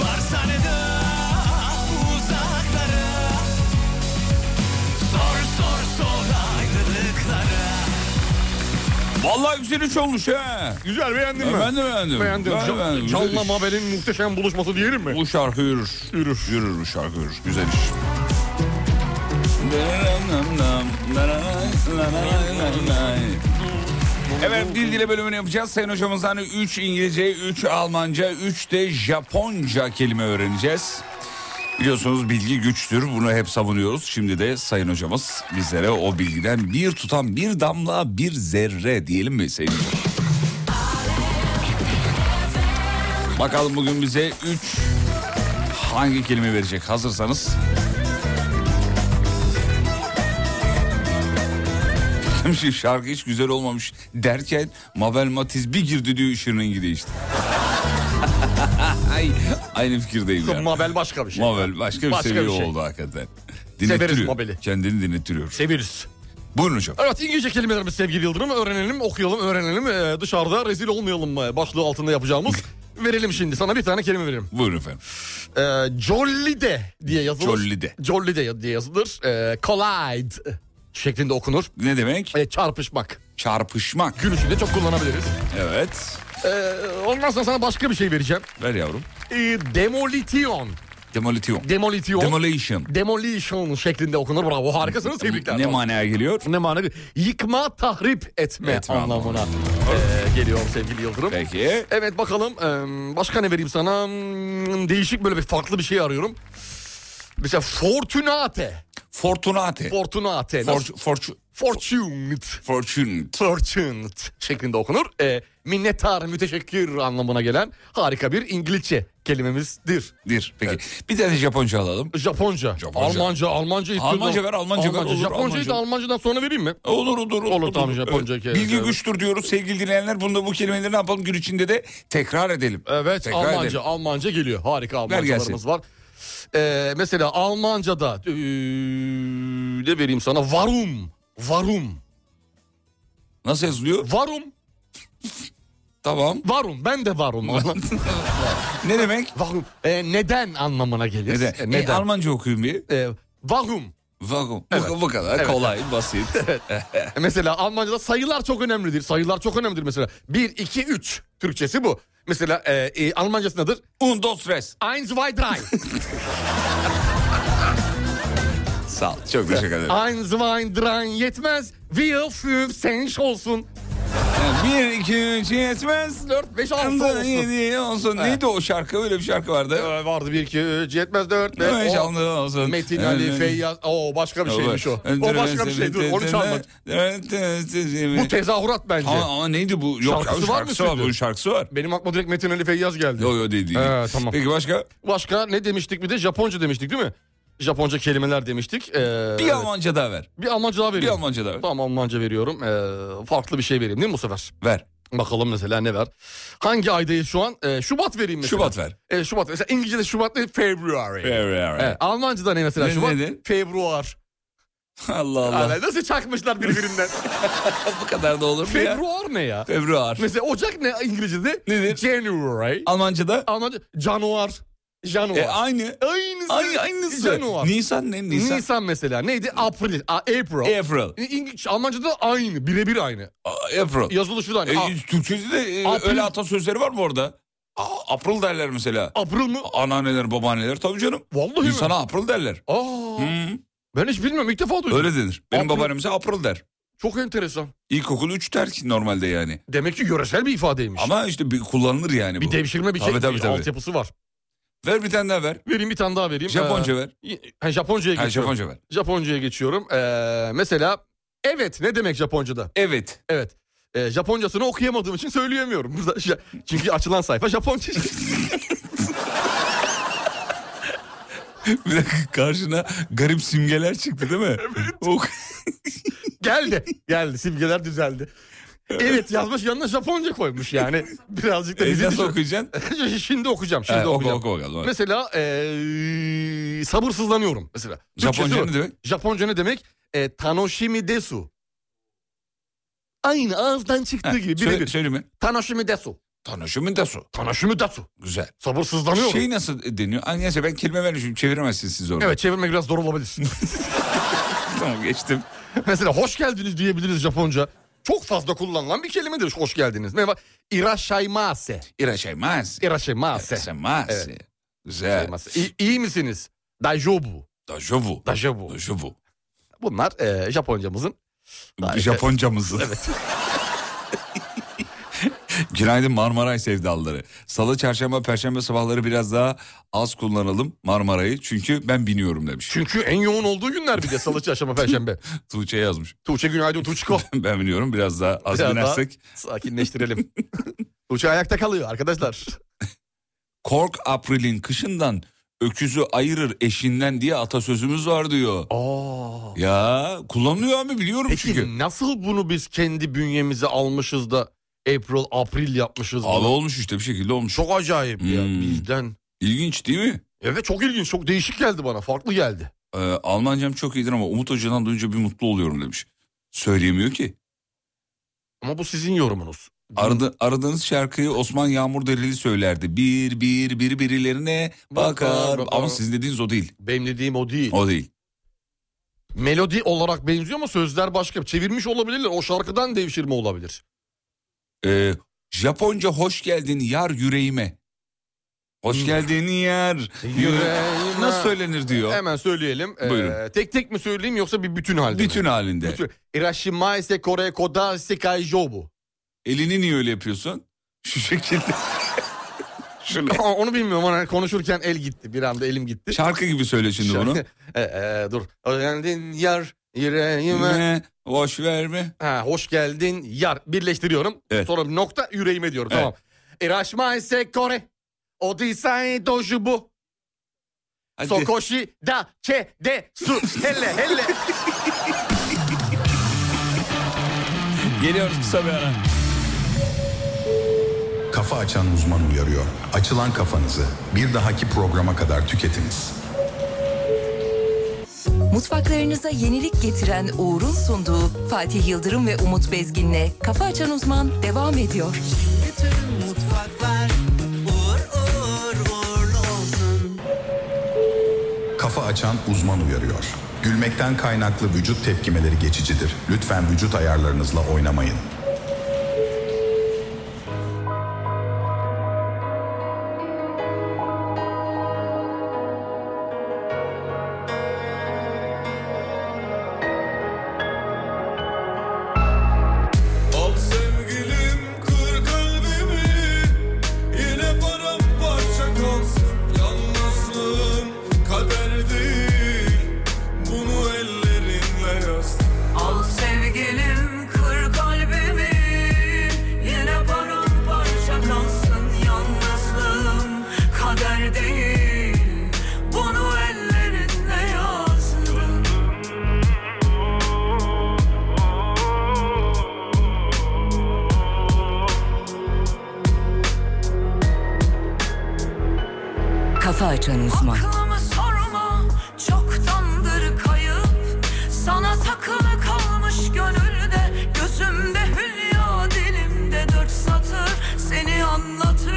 S9: Varsa ne da uzaklara Sor sor sor ayrılıklara
S3: Vallahi güzel iş olmuş ha.
S4: Güzel beğendin mi?
S3: Ben de beğendim.
S4: Beğendim.
S3: Ben
S4: Can-
S3: beğendim. Güzel
S4: Canla
S3: iş.
S4: Mabel'in muhteşem buluşması diyelim mi?
S3: Bu şarkı yürür. Yürür. Yürür bu şarkı yürür. Güzel iş. Evet dil dile bölümünü yapacağız. Sayın hocamızdan 3 İngilizce, 3 Almanca, 3 de Japonca kelime öğreneceğiz. Biliyorsunuz bilgi güçtür. Bunu hep savunuyoruz. Şimdi de sayın hocamız bizlere o bilgiden bir tutam bir damla bir zerre diyelim mi sayın hocam? Bakalım bugün bize 3 hangi kelime verecek hazırsanız. Şu şarkı hiç güzel olmamış derken Mabel Matiz bir girdi diyor işin rengi değişti. Ay, aynı fikirdeyim ya.
S4: Mabel başka bir şey.
S3: Mabel başka bir
S4: Başka
S3: seviye
S4: bir şey.
S3: oldu hakikaten.
S4: Severiz
S3: Dinlettiriyor.
S4: Mabel'i.
S3: Kendini dinlettiriyor.
S4: Severiz.
S3: Buyurun hocam.
S4: Evet İngilizce kelimelerimiz sevgili Yıldırım. Öğrenelim, okuyalım, öğrenelim. Ee, dışarıda rezil olmayalım ee, başlığı altında yapacağımız. verelim şimdi sana bir tane kelime verelim.
S3: Buyurun efendim.
S4: Ee, Jollide diye yazılır.
S3: Jollide.
S4: Jollide diye yazılır. Ee, collide şeklinde okunur.
S3: Ne demek?
S4: Ee, çarpışmak.
S3: Çarpışmak.
S4: Gün içinde çok kullanabiliriz.
S3: Evet.
S4: Ee, ondan sonra sana başka bir şey vereceğim.
S3: Ver yavrum.
S4: Ee, demolition.
S3: Demolition.
S4: Demolition.
S3: Demolition.
S4: demolition şeklinde okunur. Bravo harikasınız tebrikler.
S3: Ne manaya geliyor?
S4: ne manada? Yıkma, tahrip etme,
S3: Etme
S4: anlamına ee, geliyor sevgili Yıldırım.
S3: Peki.
S4: Evet bakalım eee, başka ne vereyim sana? Hmm, Değişik böyle bir farklı bir şey arıyorum. Mesela Fortunate.
S3: Fortunate.
S4: Fortunate.
S3: For,
S4: Nasıl?
S3: fortu-
S4: Fortunate.
S3: fortune.
S4: Fortunate şeklinde okunur. Eee, minnettar, müteşekkir anlamına gelen harika bir İngilizce kelimemizdir.
S3: Dir. Peki. Bir tane Japonca alalım.
S4: Japonca,
S3: Japonca.
S4: Almanca, Almanca istiyorsan-
S3: Almanca ver, Almanca ver, olur,
S4: Japoncayı da
S3: Almanca.
S4: Almancadan sonra vereyim mi?
S3: Olur olur olur.
S4: Olur, tamam, Japonca
S3: Evet.
S4: kelime.
S3: Bilgi
S4: Evet.
S3: güçtür diyoruz sevgili dinleyenler. Bunu da bu kelimeleri ne yapalım gün içinde de tekrar edelim.
S4: Evet
S3: tekrar
S4: Almanca
S3: edelim.
S4: Almanca geliyor. Harika Almancalarımız
S3: gelsin.
S4: var. Ee, mesela Almanca'da ee, ne vereyim sana? Varum. Varum.
S3: Nasıl yazılıyor?
S4: Varum.
S3: Tamam.
S4: Varum. Ben de varum.
S3: Ne demek?
S4: varum. Ee, neden anlamına gelir.
S3: Neden?
S4: Ee,
S3: E, Almanca okuyun bir.
S4: Ee, varum.
S3: Vakum. Bu, bu kadar kolay, basit.
S4: E, Mesela Almanca'da sayılar çok önemlidir. Sayılar çok önemlidir mesela. 1, 2, 3. Türkçesi bu. Mesela ee, e, Almancası nedir?
S3: Un, dos, tres.
S4: Eins, zwei, drei.
S3: Sağ ol. Çok teşekkür ederim.
S4: Eins, zwei, drei yetmez. Wir, fünf, sechs olsun.
S3: Bir, iki, üç yetmez.
S4: 4, 5, 6
S3: Altı,
S4: olsun.
S3: yedi olsun. Neydi o şarkı? Öyle bir şarkı vardı.
S4: Ee, vardı bir iki üç yetmez dört
S3: Beş,
S4: beş on.
S3: altı olsun.
S4: Metin
S3: Evet,
S4: Ali
S3: evet.
S4: Feyyaz o başka bir şeymiş o. O başka bir şey dur onu çalma. Bu
S3: Bu
S4: tezahürat bence.
S3: Aa, aa, neydi bu? Yok
S4: Şarkısı
S3: şarkısı,
S4: var
S3: şarkısı
S4: mı
S3: var,
S4: sizde?
S3: bunun şarkısı var.
S4: Benim aklıma direkt Metin Ali Feyyaz geldi.
S3: Yok yok değil değil.
S4: Ee, tamam.
S3: Peki başka?
S4: Başka ne demiştik bir de Japonca demiştik değil mi? Japonca kelimeler demiştik. Ee,
S3: Bir Almanca daha ver.
S4: bir Almanca daha
S3: Bir
S4: vereyim.
S3: Almanca daha ver.
S4: Tamam Almanca veriyorum. Ee, farklı bir şey vereyim değil mi bu sefer?
S3: Ver.
S4: Bakalım mesela ne var. Hangi aydayız şu an? Ee, Şubat vereyim mesela.
S3: Şubat ver.
S4: Evet Şubat. Mesela İngilizce'de Şubat ne? February. Evet, Almanca'da ne mesela
S3: Ne-
S4: Şubat?
S3: neydi?
S4: Februar.
S3: Allah Allah.
S4: Yani nasıl çakmışlar birbirinden?
S3: Bu kadar da olur mu ya?
S4: Februar ne ya?
S3: Februar.
S4: Mesela Ocak ne İngilizce'de?
S3: Nedir?
S4: January.
S3: Almanca'da
S4: Almanca Januar. Januar.
S3: e, aynı.
S4: Aynısı.
S3: Aynı aynısı.
S4: Januar.
S3: Nisan ne? Nisan.
S4: Nisan. mesela neydi? April. A, April.
S3: April.
S4: İngiliz, Almanca'da aynı. Birebir aynı.
S3: A- April.
S4: Yazılışı da aynı.
S3: E,
S4: A-
S3: Türkçe'de de e,
S4: April.
S3: öyle atasözleri var mı orada? A- April derler mesela.
S4: April mı?
S3: Anneanneler, babaanneler tabii canım.
S4: Vallahi mi?
S3: İnsana April derler.
S4: Aa,
S3: Hı,
S4: ben hiç bilmiyorum. İlk defa duydum.
S3: Hmm. Öyle denir. Benim
S4: April.
S3: babaannemize April der.
S4: Çok enteresan.
S3: İlkokul 3 der ki normalde yani.
S4: Demek ki yöresel bir ifadeymiş.
S3: Ama işte bir kullanılır yani bu.
S4: bir devşirme bir şey.
S3: Tabii, tabii, tabii.
S4: Altyapısı var.
S3: Ver bir tane daha ver.
S4: Vereyim bir tane daha vereyim.
S3: Japonca
S4: Ee,
S3: ver.
S4: ha, Japonca'ya
S3: Ha,
S4: geçiyorum.
S3: Japonca ver.
S4: Japonca'ya geçiyorum. Ee, mesela evet ne demek Japonca'da?
S3: Evet.
S4: Evet. Ee, Japoncasını okuyamadığım için söyleyemiyorum. Burada ja- çünkü açılan sayfa Japonca.
S3: Bir dakika karşına garip simgeler çıktı değil mi? Ok.
S4: geldi. Geldi. Simgeler düzeldi. Evet yazmış yanına Japonca koymuş yani. Birazcık da
S3: E,
S4: bizi
S3: nasıl
S4: düşün-
S3: okuyacaksın?
S4: Şimdi okuyacağım. Şimdi
S3: Ha, oku,
S4: okuyacağım.
S3: oku bakalım. hadi.
S4: Mesela ee, sabırsızlanıyorum mesela. Türkçesi
S3: Japonca
S4: o.
S3: ne demek?
S4: Japonca ne demek? E, tanoshimi desu. Aynı ağızdan çıktığı
S3: Ha,
S4: gibi
S3: söyle,
S4: birebir.
S3: söyle mi?
S4: Tanoshimi desu.
S3: Tanışımın da su.
S4: Tanoshimi desu.
S3: Güzel.
S4: Sabırsızlanıyorum.
S3: Şey nasıl deniyor? Ay, neyse ben kelime vermişim. Çeviremezsiniz siz orada.
S4: Evet çevirmek biraz zor olabilir.
S3: tamam geçtim.
S4: Mesela hoş geldiniz diyebiliriz Japonca. Çok fazla kullanılan bir kelimedir hoş geldiniz. Merhaba. Irashaimase.
S3: İraşaymaz.
S4: Irashaimase.
S3: İraşaymaz.
S4: Evet.
S3: Güzel.
S4: İyi, iyi misiniz? Dajobu.
S3: Dajovu.
S4: Dajobu.
S3: Dajovu.
S4: Bunlar e, Japoncamızın. Harika.
S3: Japoncamızı. Günaydın Marmaray sevdalıları. Salı, çarşamba, perşembe sabahları biraz daha az kullanalım Marmaray'ı. Çünkü ben biniyorum demiş.
S4: Çünkü en yoğun olduğu günler bir de salı, çarşamba, perşembe.
S3: Tuğçe yazmış.
S4: Tuğçe günaydın Tuğçko.
S3: Ben biniyorum biraz daha az
S4: Biraz
S3: binersek.
S4: Sakinleştirelim. Tuğçe ayakta kalıyor arkadaşlar.
S3: Kork April'in kışından öküzü ayırır eşinden diye atasözümüz var diyor.
S4: Aa.
S3: Ya kullanılıyor abi biliyorum
S4: Peki
S3: çünkü.
S4: nasıl bunu biz kendi bünyemize almışız da April, April yapmışız?
S3: Abi
S4: bunu?
S3: olmuş işte bir şekilde olmuş.
S4: Çok acayip ya
S3: Hmm.
S4: bizden.
S3: İlginç değil mi?
S4: Evet çok ilginç, çok değişik geldi bana, farklı geldi.
S3: Ee, Almancam çok iyidir ama Umut Hoca'dan duyunca bir mutlu oluyorum demiş. Söyleyemiyor ki.
S4: Ama bu sizin yorumunuz.
S3: Aradı, aradığınız şarkıyı Osman Yağmur Dereli söylerdi. Bir bir bir birilerine bakar.
S4: Bakar, bakar.
S3: Ama sizin dediğiniz o değil.
S4: Benim dediğim o değil.
S3: O değil.
S4: Melodi olarak benziyor ama sözler başka. Çevirmiş olabilirler, o şarkıdan devşirme olabilir.
S3: Ee, Japonca hoş geldin yar yüreğime. Hoş geldin yar.
S4: Hmm. Yüreğime.
S3: Nasıl söylenir diyor.
S4: Hemen söyleyelim. Ee,
S3: Buyurun.
S4: tek tek mi söyleyeyim yoksa bir bütün halde mi?
S3: Bütün halinde.
S4: Bütün. Irashima ise Kore koda sekai jobu.
S3: Elini niye öyle yapıyorsun? Şu şekilde. Şöyle.
S4: Ama Onu bilmiyorum ama konuşurken el gitti. Bir anda elim gitti.
S3: Şarkı gibi söyle şimdi bunu.
S4: E, e, dur. Hoş geldin yar yüreğime.
S3: Ne? Boş verme.
S4: Ha, hoş geldin yar. Birleştiriyorum.
S3: Evet.
S4: Sonra bir nokta yüreğime diyorum.
S3: Evet.
S4: Tamam. Irashima ise Kore. Odisai doju bu.
S3: Hadi.
S4: Sokoshi da ke de su. Hele hele.
S3: Geliyoruz kısa bir ara.
S6: Kafa açan uzman uyarıyor. Açılan kafanızı bir dahaki programa kadar tüketiniz.
S7: Mutfaklarınıza yenilik getiren Uğur'un sunduğu Fatih Yıldırım ve Umut Bezgin'le Kafa Açan Uzman devam ediyor.
S9: Bütün mutfaklar uğur uğur uğurlu olsun
S6: Kafa açan uzman uyarıyor. Gülmekten kaynaklı vücut tepkimeleri geçicidir. Lütfen vücut ayarlarınızla oynamayın.
S9: Al sevgilim kır kalbimi Yine paramparça kalsın Yalnızlığım kader değil Bunu ellerinle yaz
S8: Al sevgilim kır kalbimi
S7: Kafa açan uzman.
S8: Aklımı sorma çoktandır kayıp Sana takılı kalmış gönülde Gözümde hülya dilimde dört satır Seni anlatır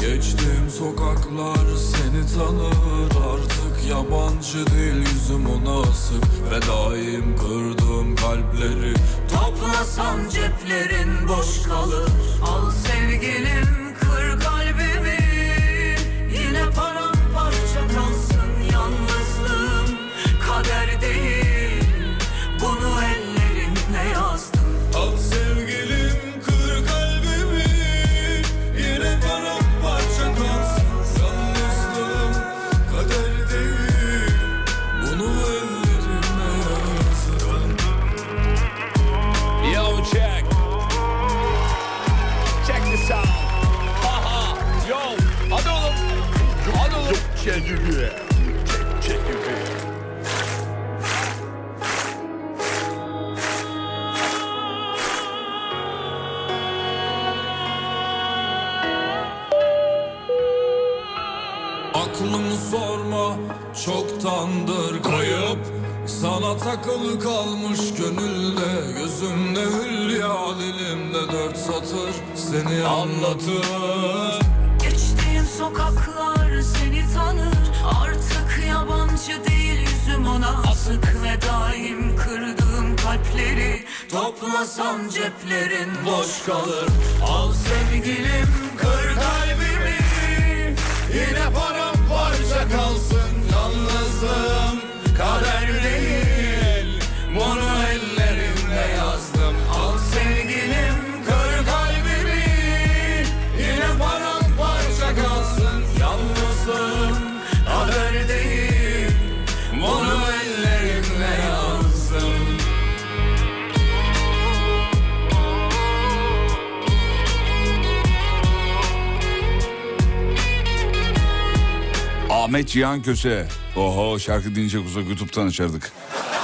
S9: Geçtiğim sokaklar seni tanır Artık yabancı değil yüzüm ona asık Fedaiyim kırdığım kalpleri
S8: Toplasan ceplerin boş kalır Al sevgilim kır kalbimi Yine paramparça kalsın yalnızlığım Kader değil bunu ellerinle yazdın
S9: Al sevgilim kır kalbimi Yine paramparça kalsın Yalnızlığım kader değil Bunu ellerime yazdım
S1: Yo check. Check this out. Aha. Yo. Hadi oğlum. Hadi oğlum.
S9: Aklımı sorma çoktandır kayıp Sana takılı kalmış gönülde Gözümde hülya dilimde dört satır Seni anlatır
S8: Geçtiğim sokaklar seni tanır Artık yabancı değil yüzüm ona asık Ve daim kırdığım kalpleri Toplasan ceplerin boş kalır Al sevgilim kır kalbimi
S9: Yine paramparça kalsın yalnızlığım Kader değil bunu ellerimle yazdım Al sevgilim kır kalbimi Yine paramparça kalsın yalnızlığım Kader değil bunu ellerimle yazdım
S3: Ahmet Cihan Köse. Oho şarkı dinleyecek olsa YouTube'dan açardık.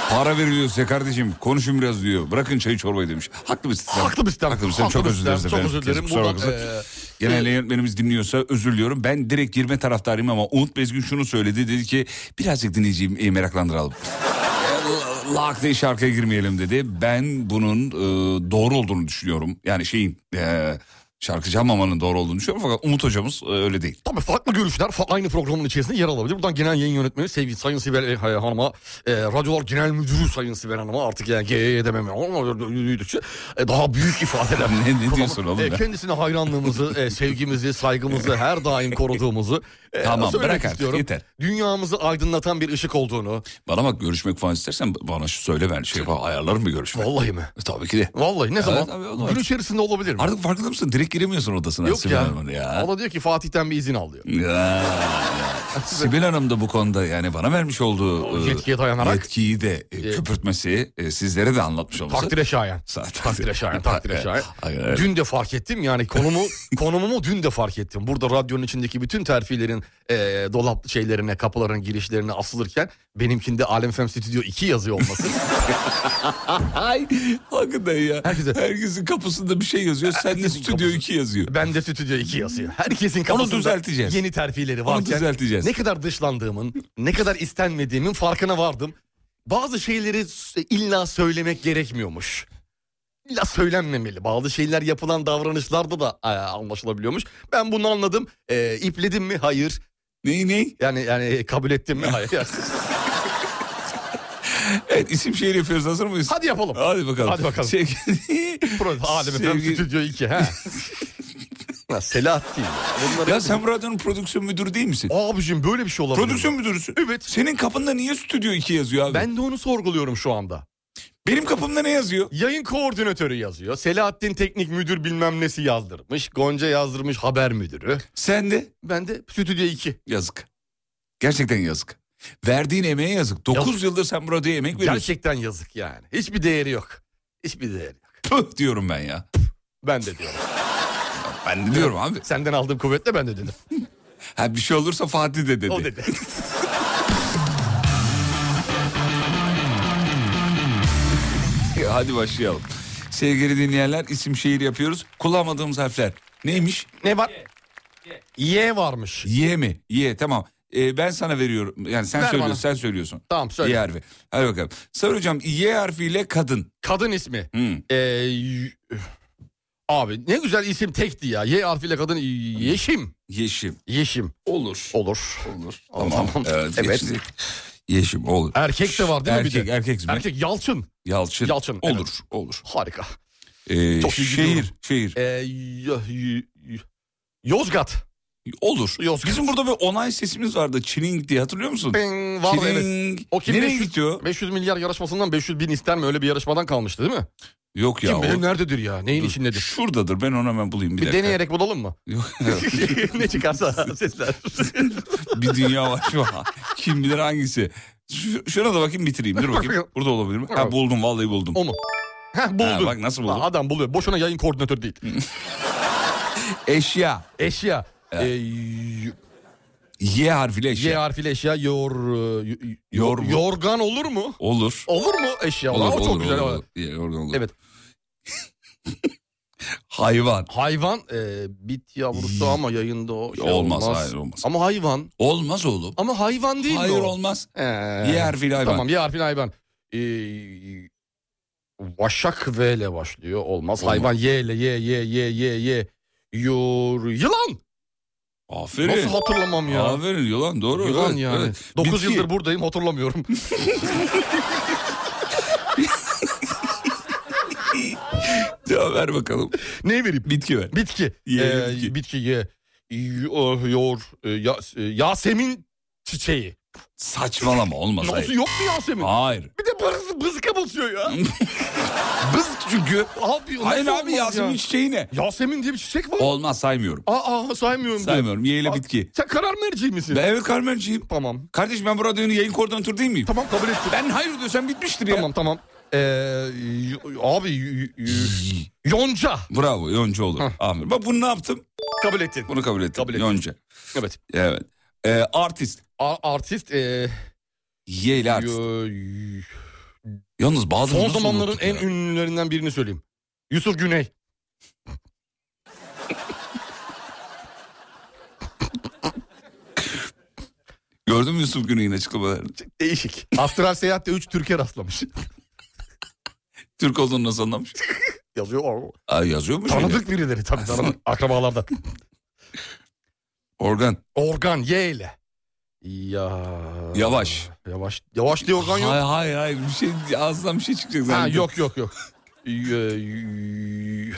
S3: Para veriliyor size kardeşim. Konuşun biraz diyor. Bırakın çayı çorbayı demiş. Haklı mısın sen?
S4: Haklı bir sistem.
S3: Haklı bir sistem. Çok
S4: bir
S3: özür dileriz
S4: sistem, Çok
S3: efendim.
S4: özür dilerim.
S3: Kusura
S4: Buradan, e,
S3: bakmasın.
S4: eee,
S3: Genel yönetmenimiz dinliyorsa özür diliyorum. Ben direkt girme taraftarıyım ama Umut Bezgin şunu söyledi. Dedi ki birazcık dinleyiciyi e, meraklandıralım. E, Lak diye şarkıya girmeyelim dedi. Ben bunun e, doğru olduğunu düşünüyorum. Yani şeyin e, şarkıcı Hamama'nın doğru olduğunu düşünüyorum. Fakat Umut hocamız e, öyle değil.
S4: Tabii farklı görüşler fa- aynı programın içerisinde yer alabilir. Buradan genel yayın yönetmeni sevgili Sayın Sibel e, hay- Hanım'a, e, Radyolar Genel Müdürü Sayın Sibel Hanım'a artık yani GE'ye demem. ya, onlar da yürüdükçe, e, daha büyük ifadeler.
S3: Ne- ne diyorsun oğlum
S4: E,
S3: ya?
S4: Kendisine hayranlığımızı, e, sevgimizi, saygımızı her daim koruduğumuzu e,
S3: Tamam,
S4: söylemek
S3: bırak artık,
S4: istiyorum.
S3: yeter.
S4: Dünyamızı aydınlatan bir ışık olduğunu.
S3: Bana bak görüşmek falan istersen bana şu söyle ben şey yapar, ayarlarım bir görüşme.
S4: Vallahi mi?
S3: E, Tabii ki de.
S4: Vallahi ne
S3: tabii,
S4: zaman?
S3: olur.
S4: Gün içerisinde olabilir mi?
S3: Artık farkında mısın? Direkt giremiyorsun odasına.
S4: Yok
S3: Sibel
S4: ya. O
S3: Hanım'ın
S4: da diyor ki Fatih'ten bir izin al diyor.
S3: Ya, ya. Sibel Hanım da bu konuda yani bana vermiş olduğu e,
S4: Yetkiye dayanarak.
S3: yetkiyi de e, küpürtmesi e, sizlere de anlatmış olması.
S4: Takdire şayan.
S3: Zaten-
S4: Takdire şayan, takdire şayan.
S3: Hayır, hayır.
S4: Dün de fark ettim yani konumu konumumu dün de fark ettim. Burada radyonun içindeki bütün terfilerin e, dolap şeylerine, kapıların girişlerine asılırken benimkinde Alem Fem Stüdyo 2 yazıyor olması.
S3: Ay hakikaten ya.
S4: Herkese-
S3: Herkesin kapısında bir şey yazıyor. Sen de
S4: Herkesin
S3: stüdyo
S4: kapısı-
S3: 2 yazıyor.
S4: ben de Stüdyo 2 yazıyor. Herkesin kafasında
S3: düzelteceğiz.
S4: yeni terfileri varken
S3: düzelteceğiz.
S4: ne kadar dışlandığımın, ne kadar istenmediğimin farkına vardım. Bazı şeyleri s- illa söylemek gerekmiyormuş. İlla söylenmemeli. Bazı şeyler yapılan davranışlarda da e, anlaşılabiliyormuş. Ben bunu anladım. E, ipledim mi? Hayır.
S3: Ney ney?
S4: Yani yani kabul ettim mi? Hayır.
S3: Evet isim şehir yapıyoruz hazır mıyız?
S4: Hadi yapalım.
S3: Hadi bakalım.
S4: Hadi bakalım.
S3: Sevgili-
S4: Pro- Alem Efendim
S3: Sevgili-
S4: Stüdyo 2. He. Ha, Selahattin. Bunları...
S3: Ya sen bu radyonun prodüksiyon müdürü değil misin?
S4: Abicim böyle bir şey olabilir. mi?
S3: Prodüksiyon müdürüsün.
S4: Evet.
S3: Senin kapında niye stüdyo 2 yazıyor abi?
S4: Ben de onu sorguluyorum şu anda.
S3: Benim kapımda ne yazıyor?
S4: Yayın koordinatörü yazıyor. Selahattin teknik müdür bilmem nesi yazdırmış. Gonca yazdırmış haber müdürü.
S3: Sen de
S4: Ben de stüdyo 2.
S3: yazık. Gerçekten yazık. Verdiğin emeğe yazık. 9
S4: Yazık.
S3: yıldır sen burada emek veriyorsun.
S4: Gerçekten yazık yani. Hiçbir değeri yok. Hiçbir değeri yok.
S3: Püh diyorum ben ya.
S4: Ben de diyorum.
S3: Ben de diyorum abi.
S4: Senden aldığım kuvvetle ben de dedim.
S3: Ha bir şey olursa Fatih de dedi.
S4: O dedi.
S3: Hadi başlayalım. Sevgili dinleyenler isim şehir yapıyoruz. Kullanmadığımız harfler neymiş?
S4: ne var? Y varmış.
S3: Y mi? Y tamam. Ee, ben sana veriyorum. Yani sen
S4: Ver
S3: söylüyorsun,
S4: bana.
S3: sen söylüyorsun.
S4: Tamam
S3: Y
S4: söyle.
S3: harfi. Hadi bakalım. Sarı hocam Y harfiyle kadın. Hmm,
S4: Kadın ismi.
S3: Hı.
S4: Ee, y- abi ne güzel isim tekti ya. Y harfiyle kadın y- Yeşim.
S3: Yeşim.
S4: Yeşim.
S3: Olur.
S4: Olur.
S3: Olur.
S4: Tamam.
S3: Tamam. Evet.
S4: Evet.
S3: Yeşim. Yeşim olur.
S4: Erkek de var değil mi
S3: erkek,
S4: bir de?
S3: Erkek, mi?
S4: Erkek Yalçın.
S3: Yalçın.
S4: Yalçın,
S3: Olur,
S4: evet.
S3: olur.
S4: Harika.
S3: Ee,
S4: Çok iyi
S3: şehir,
S4: gidiyorum.
S3: şehir.
S4: Ee, y- y- y- Yozgat.
S3: olur.
S4: Yozgat.
S3: Bizim burada bir onay sesimiz vardı. Çiling diye hatırlıyor musun?
S4: Bing, var evet.
S3: Çiling.
S4: O kim
S3: Nereye
S4: 500
S3: gidiyor?
S4: 500 milyar yarışmasından 500 bin ister mi? Öyle bir yarışmadan kalmıştı değil mi?
S3: Yok ya.
S4: kim
S3: o-
S4: bilir nerededir ya? Neyin
S3: Dur,
S4: içindedir?
S3: Şuradadır. Ben onu hemen bulayım bir,
S4: Bir,
S3: dakika.
S4: deneyerek bulalım mı?
S3: Yok,
S4: ne çıkarsa sesler.
S3: bir dünya var şu an. Kim bilir hangisi. Şu, şuna da bakayım bitireyim. Dur bakayım. Burada olabilir mi? Ha buldum vallahi buldum.
S4: o mu? Heh buldum.
S3: Ha, bak nasıl buldun?
S4: adam buluyor. Boşuna yayın koordinatörü değil.
S3: Eşya.
S4: Eşya. Ee,
S3: Y harfiyle
S4: y
S3: eşya.
S4: harfiyle eşya yor, y- y-
S3: Yor mu?
S4: yorgan olur mu?
S3: Olur.
S4: Olur mu eşya? Aa, o çok güzel.
S3: Olur. Y, organ olur.
S4: Evet.
S3: Hayvan.
S4: Hayvan e, bit yavrusu ama yayında o şey
S3: Olmaz, hayır, olmaz.
S4: Ama hayvan.
S3: Olmaz oğlum.
S4: Ama hayvan değil
S3: Hayır
S4: mi o?
S3: olmaz.
S4: Ee,
S3: Y harfiyle hayvan.
S4: Tamam y harfiyle hayvan. Ee, vaşak V ile başlıyor. Olmaz.
S3: Olmaz.
S4: Hayvan Y ile Y Y Y Y Y. Yor, yılan.
S3: Aferin.
S4: Nasıl hatırlamam ya?
S3: Aferin yılan doğru.
S4: Yılan
S3: evet,
S4: yani.
S3: evet.
S4: 9
S3: Bitki.
S4: yıldır buradayım hatırlamıyorum.
S3: Ya ver bakalım.
S4: Neyi vereyim?
S3: Bitki ver.
S4: Bitki.
S3: Ye,
S4: Ee,
S3: bitki.
S4: bitki. ye. Yo- Yor, e, ya, e, Yasemin çiçeği.
S3: Saçmalama olmaz.
S4: Nasıl
S3: Hayır.
S4: yok mu Yasemin?
S3: Hayır.
S4: Bir de bız, bızka basıyor ya.
S3: Bız çünkü.
S4: Abi, nasıl
S3: Hayır abi
S4: olmaz
S3: Yasemin çiçeği ne?
S4: Ya? Yasemin diye bir çiçek var.
S3: Olmaz saymıyorum.
S4: Aa, saymıyorum. diyor.
S3: Saymıyorum. Y ile
S4: Aa,
S3: bitki.
S4: Sen karar merci misin?
S3: Ben evet Karmelciğim.
S4: Tamam.
S3: Kardeşim ben bu radyonun yayın koordinatörü değil miyim?
S4: Tamam kabul ettim.
S3: Ben hayır diyorsam bitmiştir ya.
S4: Tamam tamam. Ee, y- abi y- y- yonca.
S3: Bravo Yonca olur.
S4: Hah.
S3: Aferin. Bak bunu ne yaptım?
S4: Kabul ettin.
S3: Bunu kabul ettim.
S4: Kabul ettim.
S3: Yonca.
S4: Evet.
S3: Evet. Ee, artist.
S4: A- artist. ee,
S3: Y ile artist.
S4: yo- y-
S3: Yalnız bazı
S4: son
S3: nasıl
S4: zamanların
S3: unuttuk
S4: en
S3: ya?
S4: ünlülerinden birini söyleyeyim. Yusuf Güney.
S3: Gördün mü Yusuf Güney'in açıklamalarını?
S4: Değişik. Astral Seyahat'te 3 Türkiye rastlamış.
S3: Türk olduğunu nasıl anlamış?
S4: Yazıyor. o-
S3: Aa, yazıyor mu? şöyle?
S4: Tanıdık birileri tabii. Tanıdık. Akrabalardan.
S3: Organ.
S4: Organ Y ile. Ya.
S3: Yavaş.
S4: Yavaş. Yavaş diye organ yok.
S3: Hayır hayır hayır. Bir şey, ağzından bir şey çıkacak
S4: Ha,
S3: zannettim.
S4: yok yok yok. Yo-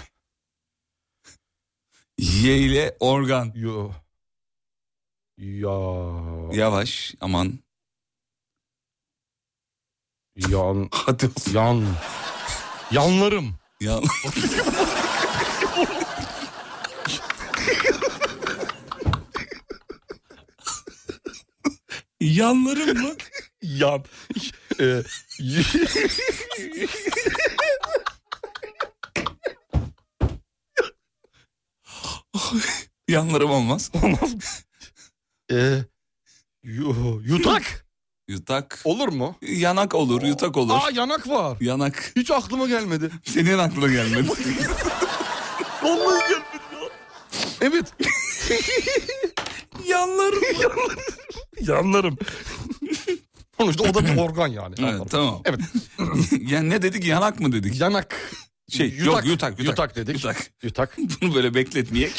S3: Y ile organ.
S4: Yo. Ya.
S3: Yavaş aman.
S4: Yan.
S3: Hadi olsun.
S4: Yan. Yanlarım.
S3: Ya. Yanlarım mı?
S4: Yan. Ee, y-
S3: Yanlarım olmaz. Olmaz.
S4: Ee, yo- yutak.
S3: Yutak.
S4: Olur mu?
S3: Yanak olur, yutak olur.
S4: Aa yanak var.
S3: Yanak.
S4: Hiç aklıma gelmedi.
S3: Senin aklına gelmedi.
S4: Vallahi gelmedi ya. Evet.
S3: Yanlarım.
S4: Yanlarım. Sonuçta o da bir organ yani.
S3: Evet, tamam.
S4: Evet.
S3: ya ne dedik? Yanak mı dedik?
S4: Yanak.
S3: Şey, yok, yutak, yutak.
S4: dedik.
S3: Yutak.
S4: Yutak.
S3: Bunu böyle bekletmeyek.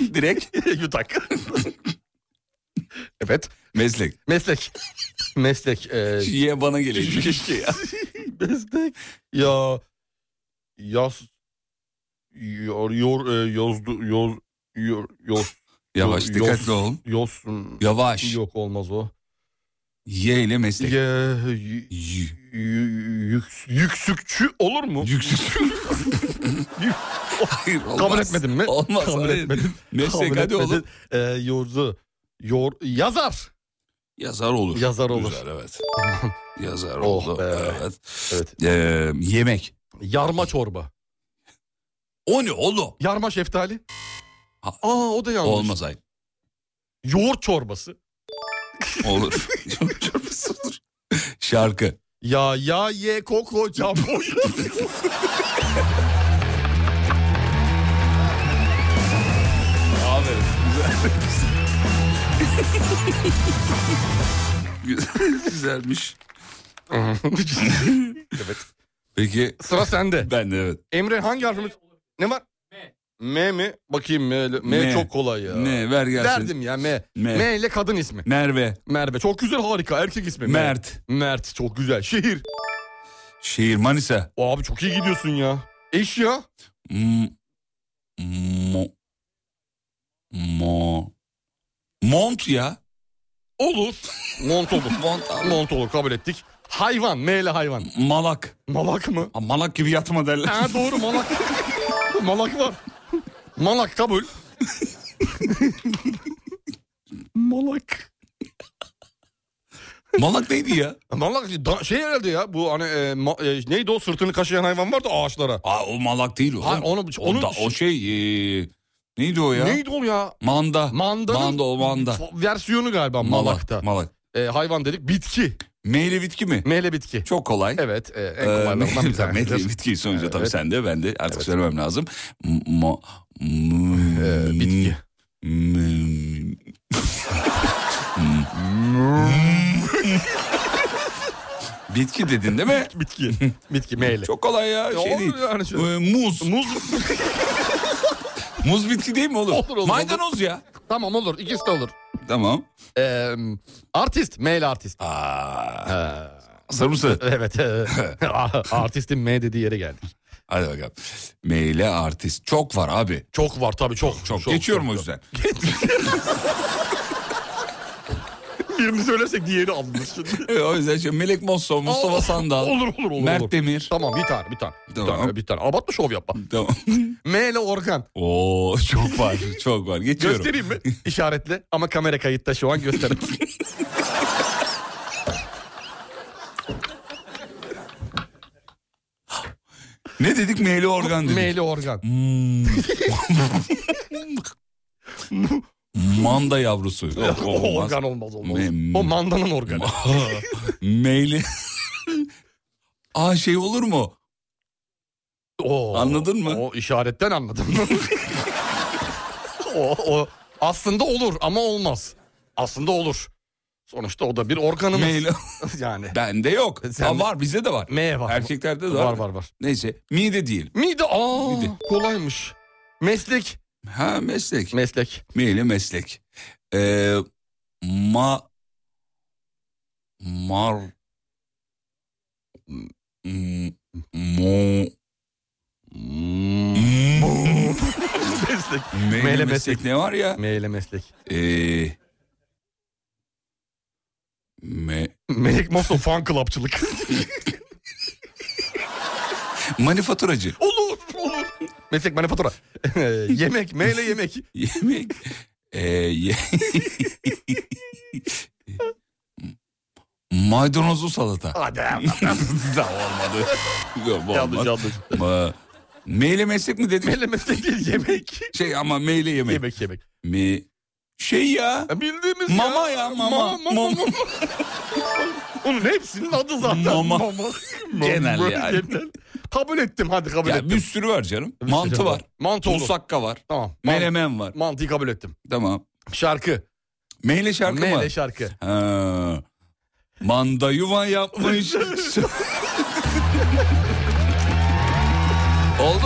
S3: Direkt
S4: Yutak. evet.
S3: meslek.
S4: Meslek. Meslek. E,
S3: Şu ye bana geliyor.
S4: şey
S3: Keşke ya.
S4: meslek. Ya. Yaz. Yor, yor, e, yozdu, yoz, yor, yoz,
S3: Yavaş
S4: Yos-
S3: dikkatli ol.
S4: yosun.
S3: Yavaş.
S4: Yok olmaz o.
S3: Ye ile meslek.
S4: Ye, y-
S3: Y-
S4: y- yüks- yüksükçü olur mu?
S3: Yüksek. Hayır olmaz.
S4: Kabul etmedin mi?
S3: Olmaz.
S4: Kabul
S3: hayır.
S4: etmedim.
S3: Meslek
S4: Kabul
S3: hadi oğlum.
S4: etmedin. E, yordu. Yor, yazar.
S3: Yazar olur.
S4: Yazar olur.
S3: Güzel evet.
S4: Tamam.
S3: Yazar
S4: Oh
S3: oldu.
S4: be.
S3: Evet.
S4: Evet.
S3: Ee, yemek.
S4: Yarma çorba.
S3: O ne oğlum?
S4: Yarma şeftali.
S3: Ha.
S4: Aa o da yanlış.
S3: Olmaz hayır.
S4: Yoğurt çorbası.
S3: Olur. Çorbası olur. Şarkı.
S4: Ya ya ye koko cam
S3: Aferin. Güzel. Güzelmiş. Peki
S4: Sıra sende.
S3: ben de evet.
S4: Emre hangi harfimiz? Ne var? M. M mi? Bakayım M. M,
S3: M.
S4: çok kolay ya.
S3: Ne ver gelsin.
S4: Derdim ya M.
S3: M.
S4: M. ile kadın ismi.
S3: Merve,
S4: Merve. Çok güzel harika erkek ismi. M.
S3: Mert,
S4: Mert çok güzel. Şehir.
S3: şehir Manisa.
S4: Abi çok iyi gidiyorsun ya. Eşya.
S3: M- mo, mo, mont ya.
S4: Olur. Mont olur.
S3: Mont abi.
S4: Mont olur kabul ettik. Hayvan. M ile hayvan.
S3: Malak.
S4: Malak mı?
S3: Ha, malak gibi yatma derler.
S4: Ha doğru malak. malak var. Malak kabul. malak.
S3: malak neydi ya?
S4: Malak da- şey herhalde ya bu hani e, ma- e, neydi o sırtını kaşıyan hayvan vardı ağaçlara.
S3: Aa, o malak değil o.
S4: Ha, onu-
S3: o, da,
S4: onun-
S3: o şey e, neydi o ya?
S4: Neydi o ya?
S3: Manda.
S4: Mandanın
S3: Manda o manda.
S4: f- versiyonu galiba Malak'ta.
S3: Malak.
S4: E, hayvan dedik bitki.
S3: Meyle bitki mi?
S4: Meyle bitki.
S3: Çok kolay.
S4: Hmm. Evet e, en
S3: Ee,
S4: kolaylarından bir
S3: tabii, Medley
S4: tanesidir.
S3: bitki sonucu tabii
S4: Evet.
S3: sen de ben de artık söylemem lazım. M- mo- m-
S4: Ee, bitki.
S3: m- bitki dedin değil mi?
S4: Bitki. bitki meyle.
S3: Çok kolay
S4: Ya
S3: ya. Şey
S4: olur
S3: değil.
S4: yani şey.
S3: Ee, muz.
S4: Muz.
S3: Muz bitki değil mi oğlum?
S4: Olur, olur,
S3: Maydanoz ya.
S4: tamam olur ikisi de olur.
S3: Tamam.
S4: E, artist meyle artist.
S3: Aa,
S4: E,
S3: sarımsı.
S4: Evet. Artistin M dediği yere geldik.
S3: Hadi bakalım. Meyle artist. Çok var abi.
S4: Çok var tabii çok.
S3: Çok. Geçiyorum o yüzden.
S4: Birini söylesek diğeri alınır şimdi.
S3: o yüzden şey, Melek Mosso, Mustafa Sandal,
S4: Olur olur olur.
S3: Mert
S4: olur.
S3: Demir.
S4: Tamam bir tane bir tane. Bir
S3: Tamam.
S4: tane bir tane. Abartma şov yapma.
S3: Tamam.
S4: M ile organ.
S3: Oo çok var çok var. Geçiyorum.
S4: Göstereyim mi? İşaretle ama kamera kayıtta şu an gösterin.
S3: Ne dedik meyli organ dedik.
S4: M ile organ.
S3: Hmm. Manda yavrusu. Yok, o
S4: O
S3: olmaz.
S4: organ olmaz olmaz.
S3: M-
S4: O mandanın organı.
S3: Meyli. Aa şey olur mu?
S4: Oo,
S3: Anladın mı?
S4: O işaretten anladım. o, o aslında olur ama olmaz. Aslında olur. Sonuçta o da bir organımız.
S3: Meyli.
S4: yani.
S3: Bende yok.
S4: Sen-
S3: Ha, var bizde de var.
S4: M var.
S3: Erkeklerde de şey var.
S4: var var var.
S3: Neyse mide değil.
S4: Mide aa
S3: Mide.
S4: kolaymış. Meslek.
S3: Ha meslek.
S4: Meslek.
S3: Meyli meslek. Ee, ma mar m- mo mo
S4: meslek.
S3: Meyli
S4: Meyle
S3: meslek, ne var ya?
S4: Meyle meslek.
S3: Ee, me,
S4: Melek Mosso fan clubçılık.
S3: manifaturacı.
S4: olur olur. Meslek manifatura. Ee, yemek meyle yemek.
S3: Yemek. Ee, ye- Maydanozlu salata.
S4: Hadi. Yanlış
S3: Daha olmadı. Yok, bu olmaz.
S4: yanlış.
S3: Ma- Meyle meslek mi dedik?
S4: Meyle meslek değil yemek.
S3: Şey ama meyle yemek.
S4: yemek yemek.
S3: Mi? Şey ya.
S4: Ya Bildiğimiz
S3: Mama ya, mama,
S4: Mama, mama,
S3: mama.
S4: mama. Onun hepsinin adı zaten.
S3: Mama.
S4: mama.
S3: Genel yani.
S4: Genel. Kabul ettim hadi kabul
S3: Ya
S4: ettim.
S3: bir sürü var
S4: Bir
S3: canım.
S4: sürü
S3: Mantı var.
S4: Mantı olur.
S3: Musakka var.
S4: Tamam. Mant-
S3: Menemen var.
S4: mantıyı kabul ettim.
S3: Tamam.
S4: Şarkı.
S3: Meyle şarkı mı?
S4: Meyle şarkı.
S3: Ha. Manda yuva yapmış. Oldu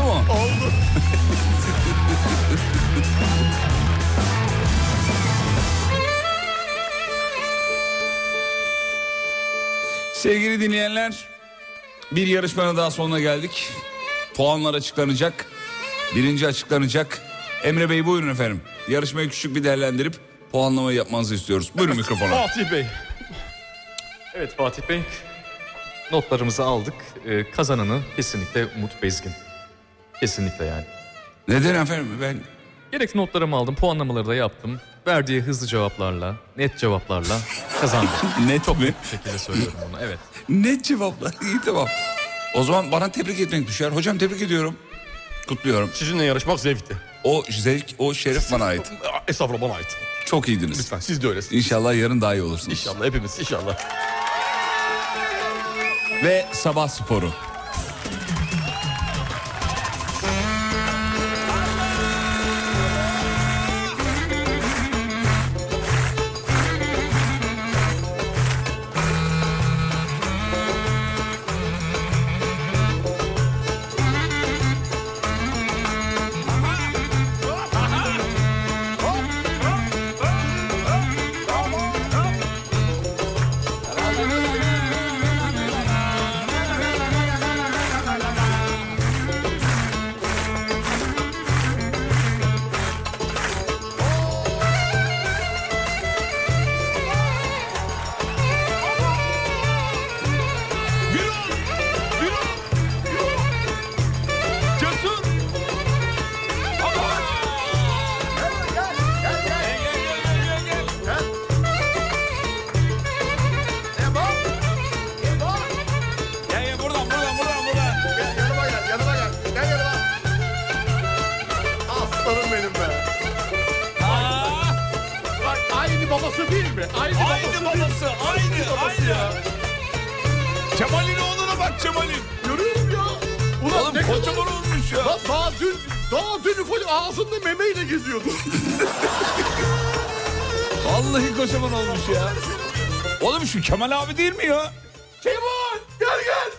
S3: mu?
S4: Oldu.
S3: Sevgili dinleyenler, bir yarışmanın daha sonuna geldik. Puanlar açıklanacak. Birinci açıklanacak. Emre Bey buyurun efendim. Yarışmayı küçük bir değerlendirip puanlamayı yapmanızı istiyoruz. Buyurun mikrofona.
S4: Fatih Bey.
S5: Evet Fatih Bey. Notlarımızı aldık. Ee, kazananı kesinlikle Umut Bezgin. Kesinlikle yani.
S3: Neden efendim? Ben
S5: Gerekli notlarımı aldım, puanlamaları da yaptım. Verdiği hızlı cevaplarla, net cevaplarla kazandım.
S3: net mi?
S5: Bu şekilde söylüyorum bunu. Evet.
S3: Net cevaplar. İyi tamam. O zaman bana tebrik etmek düşer. Hocam tebrik ediyorum. Kutluyorum.
S4: Sizinle yarışmak zevkti.
S3: O zevk, o şeref bana ait.
S4: Estağfurullah bana ait.
S3: Çok iyiydiniz.
S4: Lütfen siz de öylesiniz.
S3: İnşallah yarın daha iyi olursunuz.
S4: İnşallah hepimiz inşallah.
S3: Ve sabah sporu.
S4: babası değil mi? Aynı,
S3: Aynı
S4: babası. değil.
S3: babası, aynı, aynı. Kemal'in oğluna bak Kemal'in.
S4: Görüyorum ya. Ulan
S3: Oğlum
S4: ne kadar...
S3: kocaman olmuş ya.
S4: Lan daha dün, daha dün ufak ağzında memeyle geziyordu.
S3: Vallahi kocaman olmuş ya. Oğlum şu Kemal abi değil mi ya?
S4: Kemal gel gel.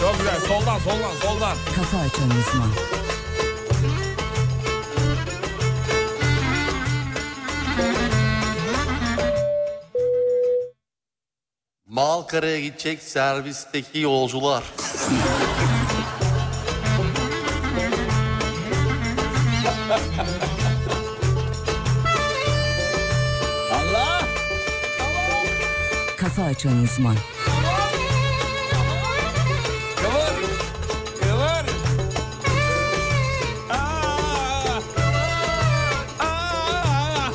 S3: Çok güzel. Soldan, soldan, soldan.
S7: Kafa Açan Uzman.
S8: Malkara'ya gidecek servisteki yolcular.
S3: Allah!
S7: Kafa Açan Uzman.
S3: Kemal! Kemal! Aa! Aa!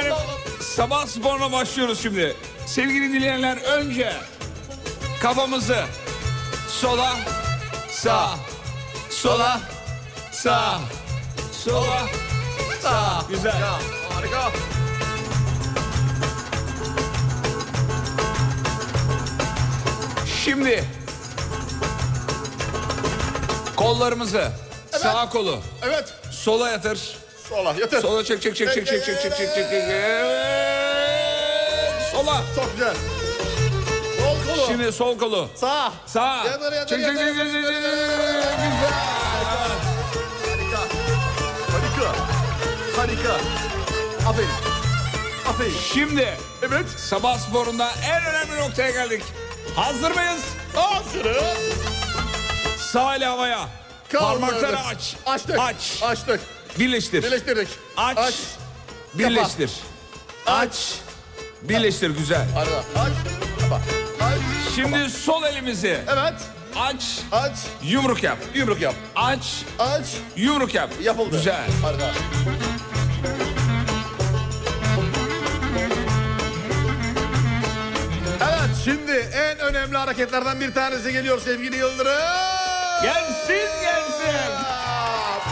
S3: Evet, sabah sporuna başlıyoruz şimdi. Sevgili dinleyenler önce kafamızı sola, sağ, sola, sağ, sola, sağ. Güzel.
S4: Harika.
S3: Şimdi kollarımızı sağ kolu
S4: Evet.
S3: sola yatır.
S4: Sola yeter.
S3: Sola çek çek çek çek çek çek çek çek çek. çek. Evet. Sola.
S4: Çok güzel. Sol kolu.
S3: Şimdi sol kolu.
S4: Sağ.
S3: Sağ.
S4: Yanar, yanar,
S3: Çek çek çek
S4: yanar,
S3: çek çek. çek, çek. Güzel.
S4: Harika. Harika. Harika. Aferin. Aferin.
S3: Şimdi
S4: Evet.
S3: sabah sporunda en önemli noktaya geldik. Hazır mıyız?
S4: Hazırız.
S3: Sağ ile havaya.
S4: Kalmadı.
S3: Parmakları aç.
S4: Açtık.
S3: Aç.
S4: Açtık.
S3: Birleştir.
S4: Birleştirdik.
S3: Aç.
S4: Aç.
S3: Birleştir.
S4: Aç.
S3: Birleştir güzel.
S4: Arada. Aç. Kapa. Aç.
S3: Şimdi sol elimizi
S4: Evet.
S3: aç,
S4: Aç.
S3: yumruk yap.
S4: Yumruk yap.
S3: Aç,
S4: Aç.
S3: yumruk yap.
S4: Yapıldı.
S3: Güzel.
S4: Arada. Evet şimdi en önemli hareketlerden bir tanesi geliyor sevgili Yıldırım.
S3: Gelsin gelsin.